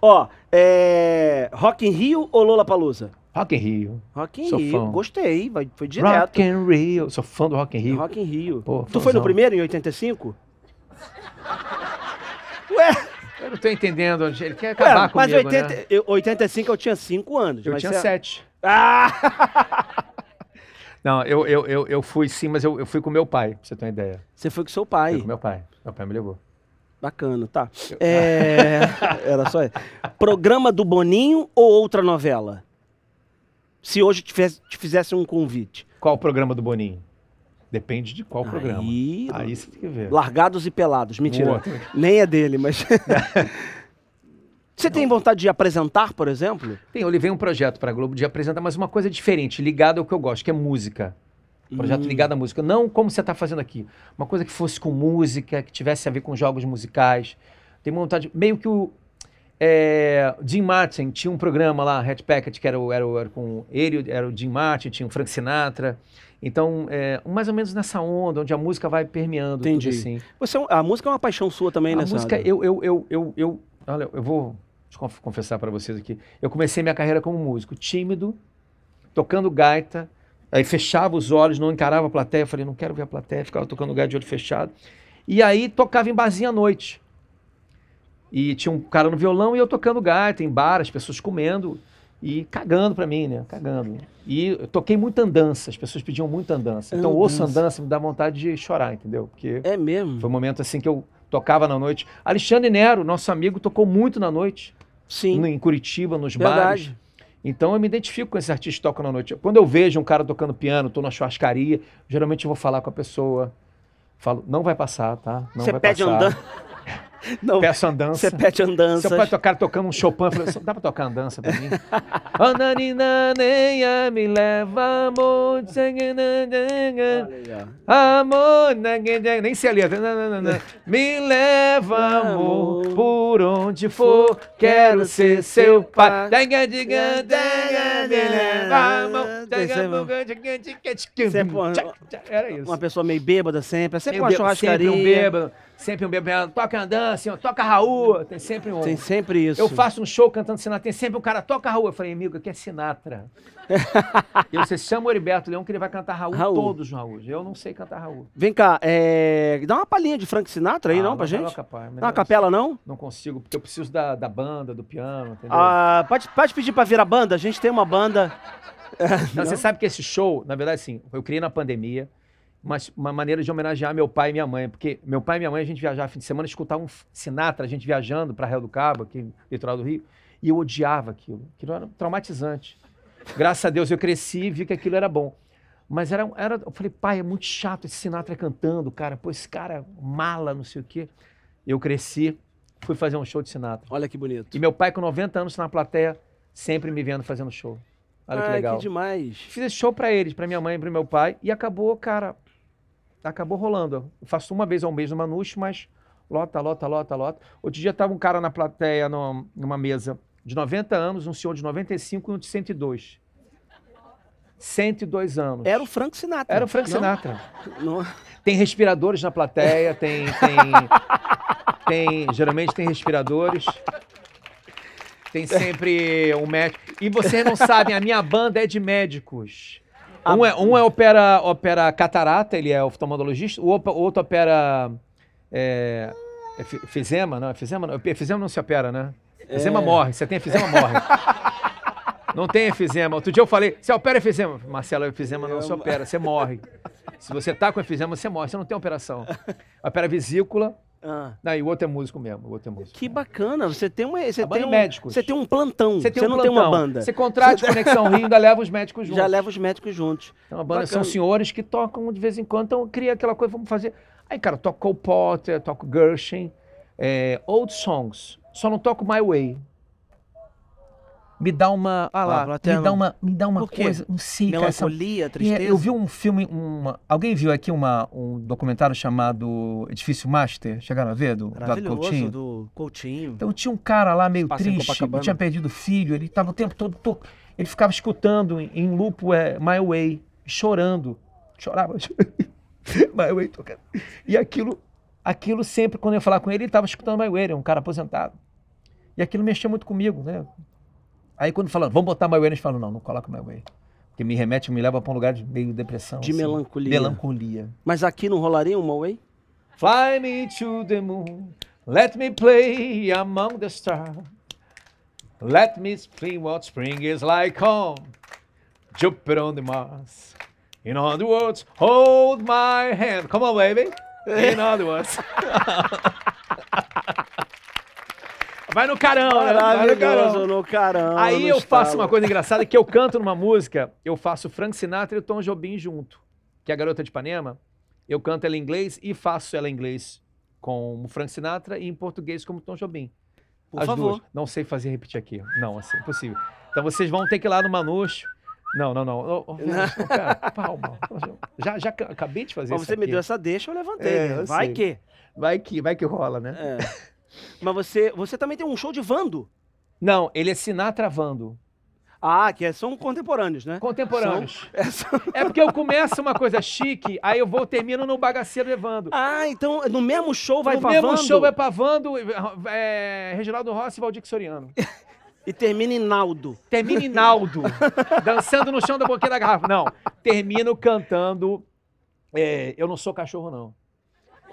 Speaker 1: Ó, é... Rock in Rio ou Lola Palusa?
Speaker 2: Rock in Rio.
Speaker 1: Rock in
Speaker 2: Sou
Speaker 1: Rio.
Speaker 2: fã.
Speaker 1: Gostei, vai- foi direto. É
Speaker 2: Rock in Rio. Sou fã do Rock in Rio.
Speaker 1: Rock in Rio.
Speaker 2: Pô,
Speaker 1: tu foi no
Speaker 2: fãzão.
Speaker 1: primeiro, em 85? Ué,
Speaker 2: Eu não tô entendendo onde ele quer acabar
Speaker 1: ué É, mas
Speaker 2: comigo,
Speaker 1: 80,
Speaker 2: né?
Speaker 1: eu- 85 eu tinha 5 anos.
Speaker 2: Eu
Speaker 1: mas é
Speaker 2: tinha
Speaker 1: cê-
Speaker 2: sete.
Speaker 1: Ah!
Speaker 2: Não, eu, eu, eu, eu fui sim, mas eu, eu fui com meu pai, pra você ter uma ideia.
Speaker 1: Você foi com seu
Speaker 2: Fui
Speaker 1: pai.
Speaker 2: com meu pai. Meu pai me levou.
Speaker 1: Bacana, tá.
Speaker 2: Eu-
Speaker 1: É... Era só isso. Programa do Boninho ou outra novela? Se hoje te, fez- te fizesse um convite.
Speaker 2: Qual o programa do Boninho? Depende de qual programa.
Speaker 1: Aí,
Speaker 2: Aí você tem que ver.
Speaker 1: Largados e Pelados. Mentira.
Speaker 2: Boa.
Speaker 1: Nem é dele, mas. Você tem vontade de apresentar, por exemplo?
Speaker 2: Tem, eu levei um projeto para a Globo de apresentar, mas uma coisa diferente, ligada ao que eu gosto, que é música. Um Projeto
Speaker 1: Hum.
Speaker 2: ligado à música. Não como você está fazendo aqui. Uma coisa que fosse com música, que tivesse a ver com jogos musicais. Tem vontade. Meio que o. é, Jim Martin tinha um programa lá, Red Packet, que era, o- era, o- era com ele, era o Jim Martin, tinha o Frank Sinatra. Então, é, mais ou menos nessa onda, onde a música vai permeando
Speaker 1: Entendi.
Speaker 2: tudo assim.
Speaker 1: Você, é um- a música é uma paixão sua também,
Speaker 2: A
Speaker 1: né,
Speaker 2: música,
Speaker 1: Sandra?
Speaker 2: eu, eu, eu, eu, eu, olha, eu vou te conf- confessar para vocês aqui. Eu comecei minha carreira como músico, tímido, tocando gaita, aí fechava os olhos, não encarava a plateia, eu falei, não quero ver a plateia, ficava tocando gaita de olho fechado. E aí tocava em barzinho à noite. E tinha um cara no violão e eu tocando gaita em bar, as pessoas comendo e cagando para mim, né? Cagando. E eu toquei muita andança, as pessoas pediam muita andança. Então, ouço
Speaker 1: Andança.
Speaker 2: andança, me dá vontade de chorar, entendeu? Porque
Speaker 1: É mesmo?
Speaker 2: foi um momento assim que eu tocava na noite. Alexandre Nero, nosso amigo, tocou muito na noite,
Speaker 1: Sim. é
Speaker 2: no- em Curitiba, nos bares.
Speaker 1: Verdade.
Speaker 2: Então eu me identifico com esses artistas que tocam na noite. Quando eu vejo um cara tocando piano, tô na churrascaria, geralmente eu vou falar com a pessoa. Falo, não vai passar, tá? Não
Speaker 1: Você
Speaker 2: vai
Speaker 1: pede
Speaker 2: passar.
Speaker 1: andan- Não,
Speaker 2: Peço
Speaker 1: você
Speaker 2: andança.
Speaker 1: pede andanças.
Speaker 2: Seu pai tocar tocando um Chopin. Eu falei, "Só dá pra tocar andança pra mim? "Oh, Ananina, neia, me leva, amor. tchananana, Amor, nanana, nem sei a letra. nanana. Me leva, amor, por onde for, quero ser seu pai. Tanga, diga, tanga, me leva, amor, tanga, buga, tchaca, tchaca, tchaca.
Speaker 1: Você é bom.
Speaker 2: Tchac, tchac. Era isso.
Speaker 1: é Uma pessoa meio bêbada sempre. É sempre
Speaker 2: Meio
Speaker 1: uma
Speaker 2: bêbado,
Speaker 1: churrascaria.
Speaker 2: Sempre um bêbado, sempre um bêbado. Toca andança, ó, toca Raul, tem sempre um.
Speaker 1: Tem sempre isso.
Speaker 2: Eu faço um show cantando Sinatra, tem sempre um cara, toca Raul. Eu falei, amigo, aqui é Sinatra. e você chama o Heriberto Leão que ele vai cantar Raul,
Speaker 1: Raul.
Speaker 2: todos os Raul. Eu não sei cantar Raul.
Speaker 1: Vem cá, é, dá uma palhinha de Frank Sinatra aí,
Speaker 2: Ah,
Speaker 1: não, pra
Speaker 2: não,
Speaker 1: gente?
Speaker 2: não, capaz,
Speaker 1: Dá uma
Speaker 2: melhor.
Speaker 1: capela, não?
Speaker 2: Não consigo, porque eu preciso da, da banda, do piano, entendeu?
Speaker 1: Ah, pode, pode pedir pra vir a banda? A gente tem uma banda.
Speaker 2: Não, Você sabe que esse show, na verdade, assim, eu criei na pandemia, mas uma maneira de homenagear meu pai e minha mãe, porque meu pai e minha mãe, a gente viajava fim de semana, escutava um Sinatra, a gente viajando para Real do Cabo, aqui no litoral do Rio, e eu odiava aquilo. Aquilo era traumatizante. Graças a Deus eu cresci e vi que aquilo era bom. Mas era, era, eu falei, pai, é muito chato esse Sinatra cantando, cara. Pô, esse cara é mala, não sei o quê. Eu cresci, fui fazer um show de Sinatra.
Speaker 1: Olha que bonito.
Speaker 2: E meu pai, com 90 anos tá na plateia, sempre me vendo fazendo show. Olha que
Speaker 1: Ai,
Speaker 2: legal.
Speaker 1: que demais.
Speaker 2: Fiz esse show pra eles, pra minha mãe, e pro meu pai, e acabou, cara, acabou rolando. Eu faço uma vez ao mês no Manucho, mas lota, lota, lota, lota. Outro dia tava um cara na plateia, numa, numa mesa de 90 anos, um senhor de 95 e um de 102. 102 anos.
Speaker 1: Era o Frank Sinatra.
Speaker 2: Era o Frank
Speaker 1: É. não?
Speaker 2: Sinatra.
Speaker 1: Não.
Speaker 2: Tem respiradores na plateia, tem. tem, tem- geralmente tem respiradores. Tem sempre um médico. E vocês não sabem, a minha banda é de médicos. Um é, um é opera, opera catarata, ele é oftalmologista, o opa- o outro opera. É, fizema, não? Fizema não, efizema não se opera, né? Efizema
Speaker 1: É.
Speaker 2: morre, você tem efizema, morre. Não tem efizema. Outro dia eu falei, você opera efizema. Marcelo, efizema não se
Speaker 1: Eu-
Speaker 2: opera, você morre. Se você tá com efizema, você morre, você não tem operação. Opera vesícula,
Speaker 1: Ah,
Speaker 2: não, e o outro é músico mesmo, o outro é músico.
Speaker 1: que bacana. Você tem uma. Você
Speaker 2: A banda
Speaker 1: tem
Speaker 2: é
Speaker 1: um,
Speaker 2: médicos.
Speaker 1: Você tem um plantão. Você, não tem uma
Speaker 2: plantão,
Speaker 1: banda.
Speaker 2: Você um contrata o Conexão Rio, ainda leva os médicos juntos.
Speaker 1: Já leva os médicos juntos.
Speaker 2: Então, a banda
Speaker 1: Bacana.
Speaker 2: são senhores que tocam de vez em quando, então cria aquela coisa, vamos fazer. Aí, cara, eu toco Cole Porter, toco Gershwin, é, old songs. Só não toco My Way. Me dá uma. Ah
Speaker 1: Ah,
Speaker 2: lá,
Speaker 1: plateia
Speaker 2: me dá
Speaker 1: não.
Speaker 2: uma, me dá uma
Speaker 1: Por quê?
Speaker 2: coisa, não sei, cara, essa
Speaker 1: Melancolia,
Speaker 2: e
Speaker 1: tristeza.
Speaker 2: Eu vi um filme, uma- alguém viu aqui uma- um documentário chamado Edifício Master? Chegaram a ver? Do Eduardo
Speaker 1: Maravilhoso
Speaker 2: Coutinho?
Speaker 1: do Coutinho.
Speaker 2: Então tinha um cara lá meio
Speaker 1: Passeio em
Speaker 2: triste,
Speaker 1: Copacabana.
Speaker 2: tinha perdido o filho, ele estava o tempo todo, to- ele ficava escutando em, em loop é, My Way, chorando, chorava, My Way tocando. E aquilo, aquilo sempre, quando eu ia falar com ele, ele estava escutando My Way, era um cara aposentado. E aquilo mexia muito comigo, né? Aí quando falando, vamos botar My Way, eles falam, não, não coloca My Way. Porque me remete, me leva para um lugar de meio depressão.
Speaker 1: De
Speaker 2: assim,
Speaker 1: melancolia.
Speaker 2: Melancolia.
Speaker 1: Mas aqui não rolaria um uma way?
Speaker 2: Fly me to the moon, let me play among the stars. Let me explain what spring is like on Jupiter on the Mars. In other words, hold my hand. Come on, baby. In other words. Vai no carão, né? Vai no carão.
Speaker 1: Maravilhoso no caramba.
Speaker 2: Aí eu faço uma coisa engraçada que eu canto numa música, eu faço Frank Sinatra e o Tom Jobim junto, que é a Garota de Ipanema. Eu canto ela em inglês e faço ela em inglês com o Frank Sinatra e em português como Tom Jobim.
Speaker 1: Por
Speaker 2: As
Speaker 1: favor.
Speaker 2: duas. Não sei fazer repetir aqui. Não, assim, impossível. Então vocês vão ter que ir lá no Manucho. Não, não, não. Ô, ô, Velasco, cara, palma. Já, já ca- acabei de fazer
Speaker 1: Mas
Speaker 2: isso
Speaker 1: você me
Speaker 2: aqui.
Speaker 1: deu essa deixa, eu levantei.
Speaker 2: É,
Speaker 1: né?
Speaker 2: eu
Speaker 1: Vai
Speaker 2: sei.
Speaker 1: que.
Speaker 2: Vai que, vai que rola, né?
Speaker 1: É. Mas você, você também tem um show de Vando.
Speaker 2: Não, ele é Sinatra Vando.
Speaker 1: Ah, que é- são contemporâneos, né?
Speaker 2: Contemporâneos.
Speaker 1: É, são-
Speaker 2: É porque eu começo uma coisa chique, aí eu vou termino no bagaceiro levando.
Speaker 1: Ah, então no mesmo show vai
Speaker 2: no
Speaker 1: pra
Speaker 2: mesmo
Speaker 1: Vando
Speaker 2: show vai pavando é, Reginaldo Rossi e Valdir Soriano.
Speaker 1: e termina em Naldo.
Speaker 2: Termina em Naldo, dançando no chão da boquinha da garrafa. Não, termino cantando é, Eu Não Sou Cachorro Não.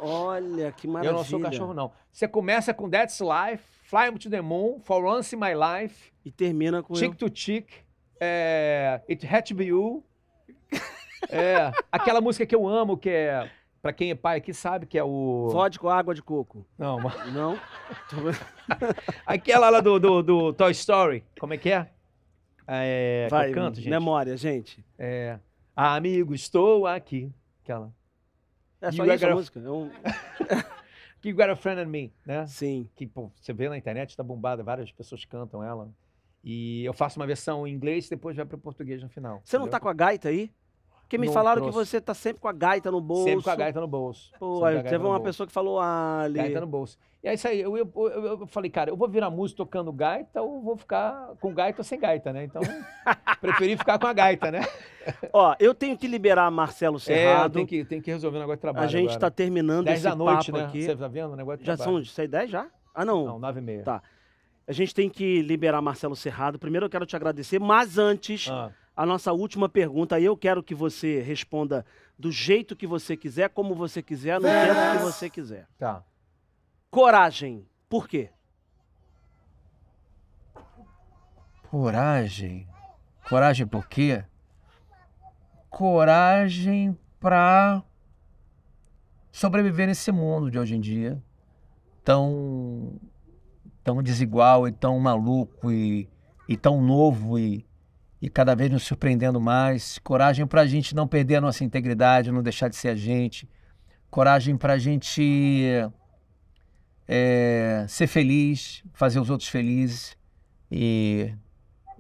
Speaker 1: Olha, que maravilha.
Speaker 2: Eu Não Sou Cachorro Não. Você começa com That's Life, Fly Me To The Moon, For Once In My Life,
Speaker 1: E termina com
Speaker 2: Chick to Chick, é, It Had To Be You. É, aquela música que eu amo, que é... Pra quem é pai aqui sabe que é o...
Speaker 1: eu. Vodka ou água de coco.
Speaker 2: Não, mas-
Speaker 1: Não?
Speaker 2: É, Aquela lá do, do, do Toy Story. Como é que é? É, que
Speaker 1: vai,
Speaker 2: eu canto, gente.
Speaker 1: memória, gente.
Speaker 2: É, Amigo, estou aqui. Aquela.
Speaker 1: É só
Speaker 2: You
Speaker 1: isso a
Speaker 2: gotta-
Speaker 1: música. É um-
Speaker 2: You Got a Friend in Me, né?
Speaker 1: Sim.
Speaker 2: Que pô, você vê na internet, tá bombada, várias pessoas cantam ela. E eu faço uma versão em inglês e depois vai pro português no final.
Speaker 1: Você não tá com a gaita aí? Porque me
Speaker 2: Não
Speaker 1: falaram que
Speaker 2: trouxe.
Speaker 1: você tá sempre com a gaita no bolso.
Speaker 2: Sempre com a gaita no bolso.
Speaker 1: Pô,
Speaker 2: Sempre com a gaita
Speaker 1: teve
Speaker 2: no
Speaker 1: uma
Speaker 2: bolso.
Speaker 1: pessoa que falou, Ali.
Speaker 2: Gaita no bolso. E é isso aí. Eu, eu, eu, eu falei, cara, eu vou virar músico tocando gaita ou vou ficar com gaita ou sem gaita, né? Então, preferi ficar com a gaita, né?
Speaker 1: Ó, eu tenho que liberar Marcelo Serrado.
Speaker 2: tem É, que, tem que resolver o negócio de trabalho.
Speaker 1: a gente
Speaker 2: agora.
Speaker 1: tá terminando
Speaker 2: 10
Speaker 1: esse
Speaker 2: da noite,
Speaker 1: papo
Speaker 2: né?
Speaker 1: aqui.
Speaker 2: Você tá vendo o negócio de
Speaker 1: Já
Speaker 2: trabalho?
Speaker 1: são, sei, 10 já? Ah, não.
Speaker 2: Não, 9 e meia.
Speaker 1: Tá. A gente tem que liberar Marcelo Serrado. Primeiro eu quero te agradecer, mas antes,
Speaker 2: Ah,
Speaker 1: a nossa última pergunta. Eu quero que você responda do jeito que você quiser, como você quiser, no tempo que você quiser.
Speaker 2: tá.
Speaker 1: Coragem. Por quê?
Speaker 3: Coragem. Coragem por quê? Coragem pra sobreviver nesse mundo de hoje em dia. Tão, tão desigual e tão maluco e, e tão novo e, e cada vez nos surpreendendo mais. Coragem pra gente não perder a nossa integridade, não deixar de ser a gente. Coragem pra gente eh, ser feliz, fazer os outros felizes. E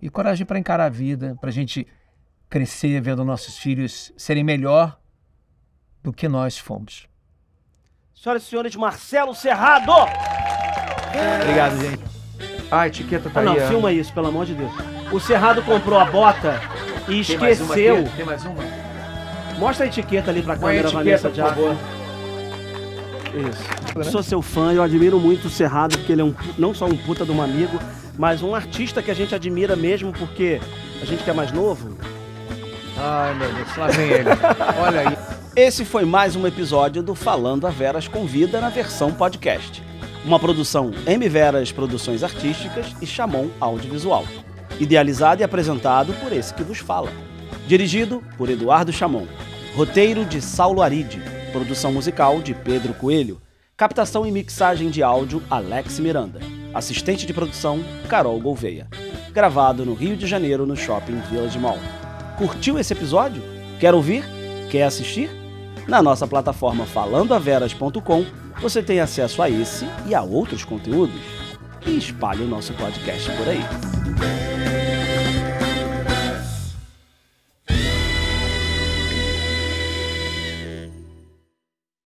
Speaker 3: e coragem para encarar a vida, para a gente crescer vendo nossos filhos serem melhor do que nós fomos.
Speaker 1: Senhoras e senhores, Marcelo Serrado!
Speaker 2: Obrigado, gente. Ah, a etiqueta tá
Speaker 1: Ah, não,
Speaker 2: aí. ó.
Speaker 1: filma isso, pelo amor de Deus. O Serrado comprou a bota e
Speaker 2: Tem mais uma aqui?
Speaker 1: esqueceu.
Speaker 2: Tem mais uma?
Speaker 1: Mostra a etiqueta ali pra
Speaker 2: Põe a
Speaker 1: câmera, Vanessa
Speaker 2: etiqueta, por
Speaker 1: Jackson.
Speaker 2: favor. Né?
Speaker 1: Isso. Sou seu fã, eu admiro muito o Cerrado, porque ele é um, não só um puta de um amigo, mas um artista que a gente admira mesmo, porque a gente que é mais novo.
Speaker 3: Ai, meu Deus, lá vem ele. Olha aí.
Speaker 4: Esse foi mais um episódio do Falando a Veras Convida na versão podcast. Uma produção M Veras Produções Artísticas e Chamon Audiovisual. Idealizado e apresentado por esse que vos fala. Dirigido por Eduardo Chamon. Roteiro de Saulo Aride. Produção musical de Pedro Coelho. Captação e mixagem de áudio Alex Miranda. Assistente de produção Carol Gouveia. Gravado no Rio de Janeiro no Shopping Village Mall. Curtiu esse episódio? Quer ouvir? Quer assistir? Na nossa plataforma falandoaveras.com você tem acesso a esse e a outros conteúdos. E espalhe o nosso podcast por aí.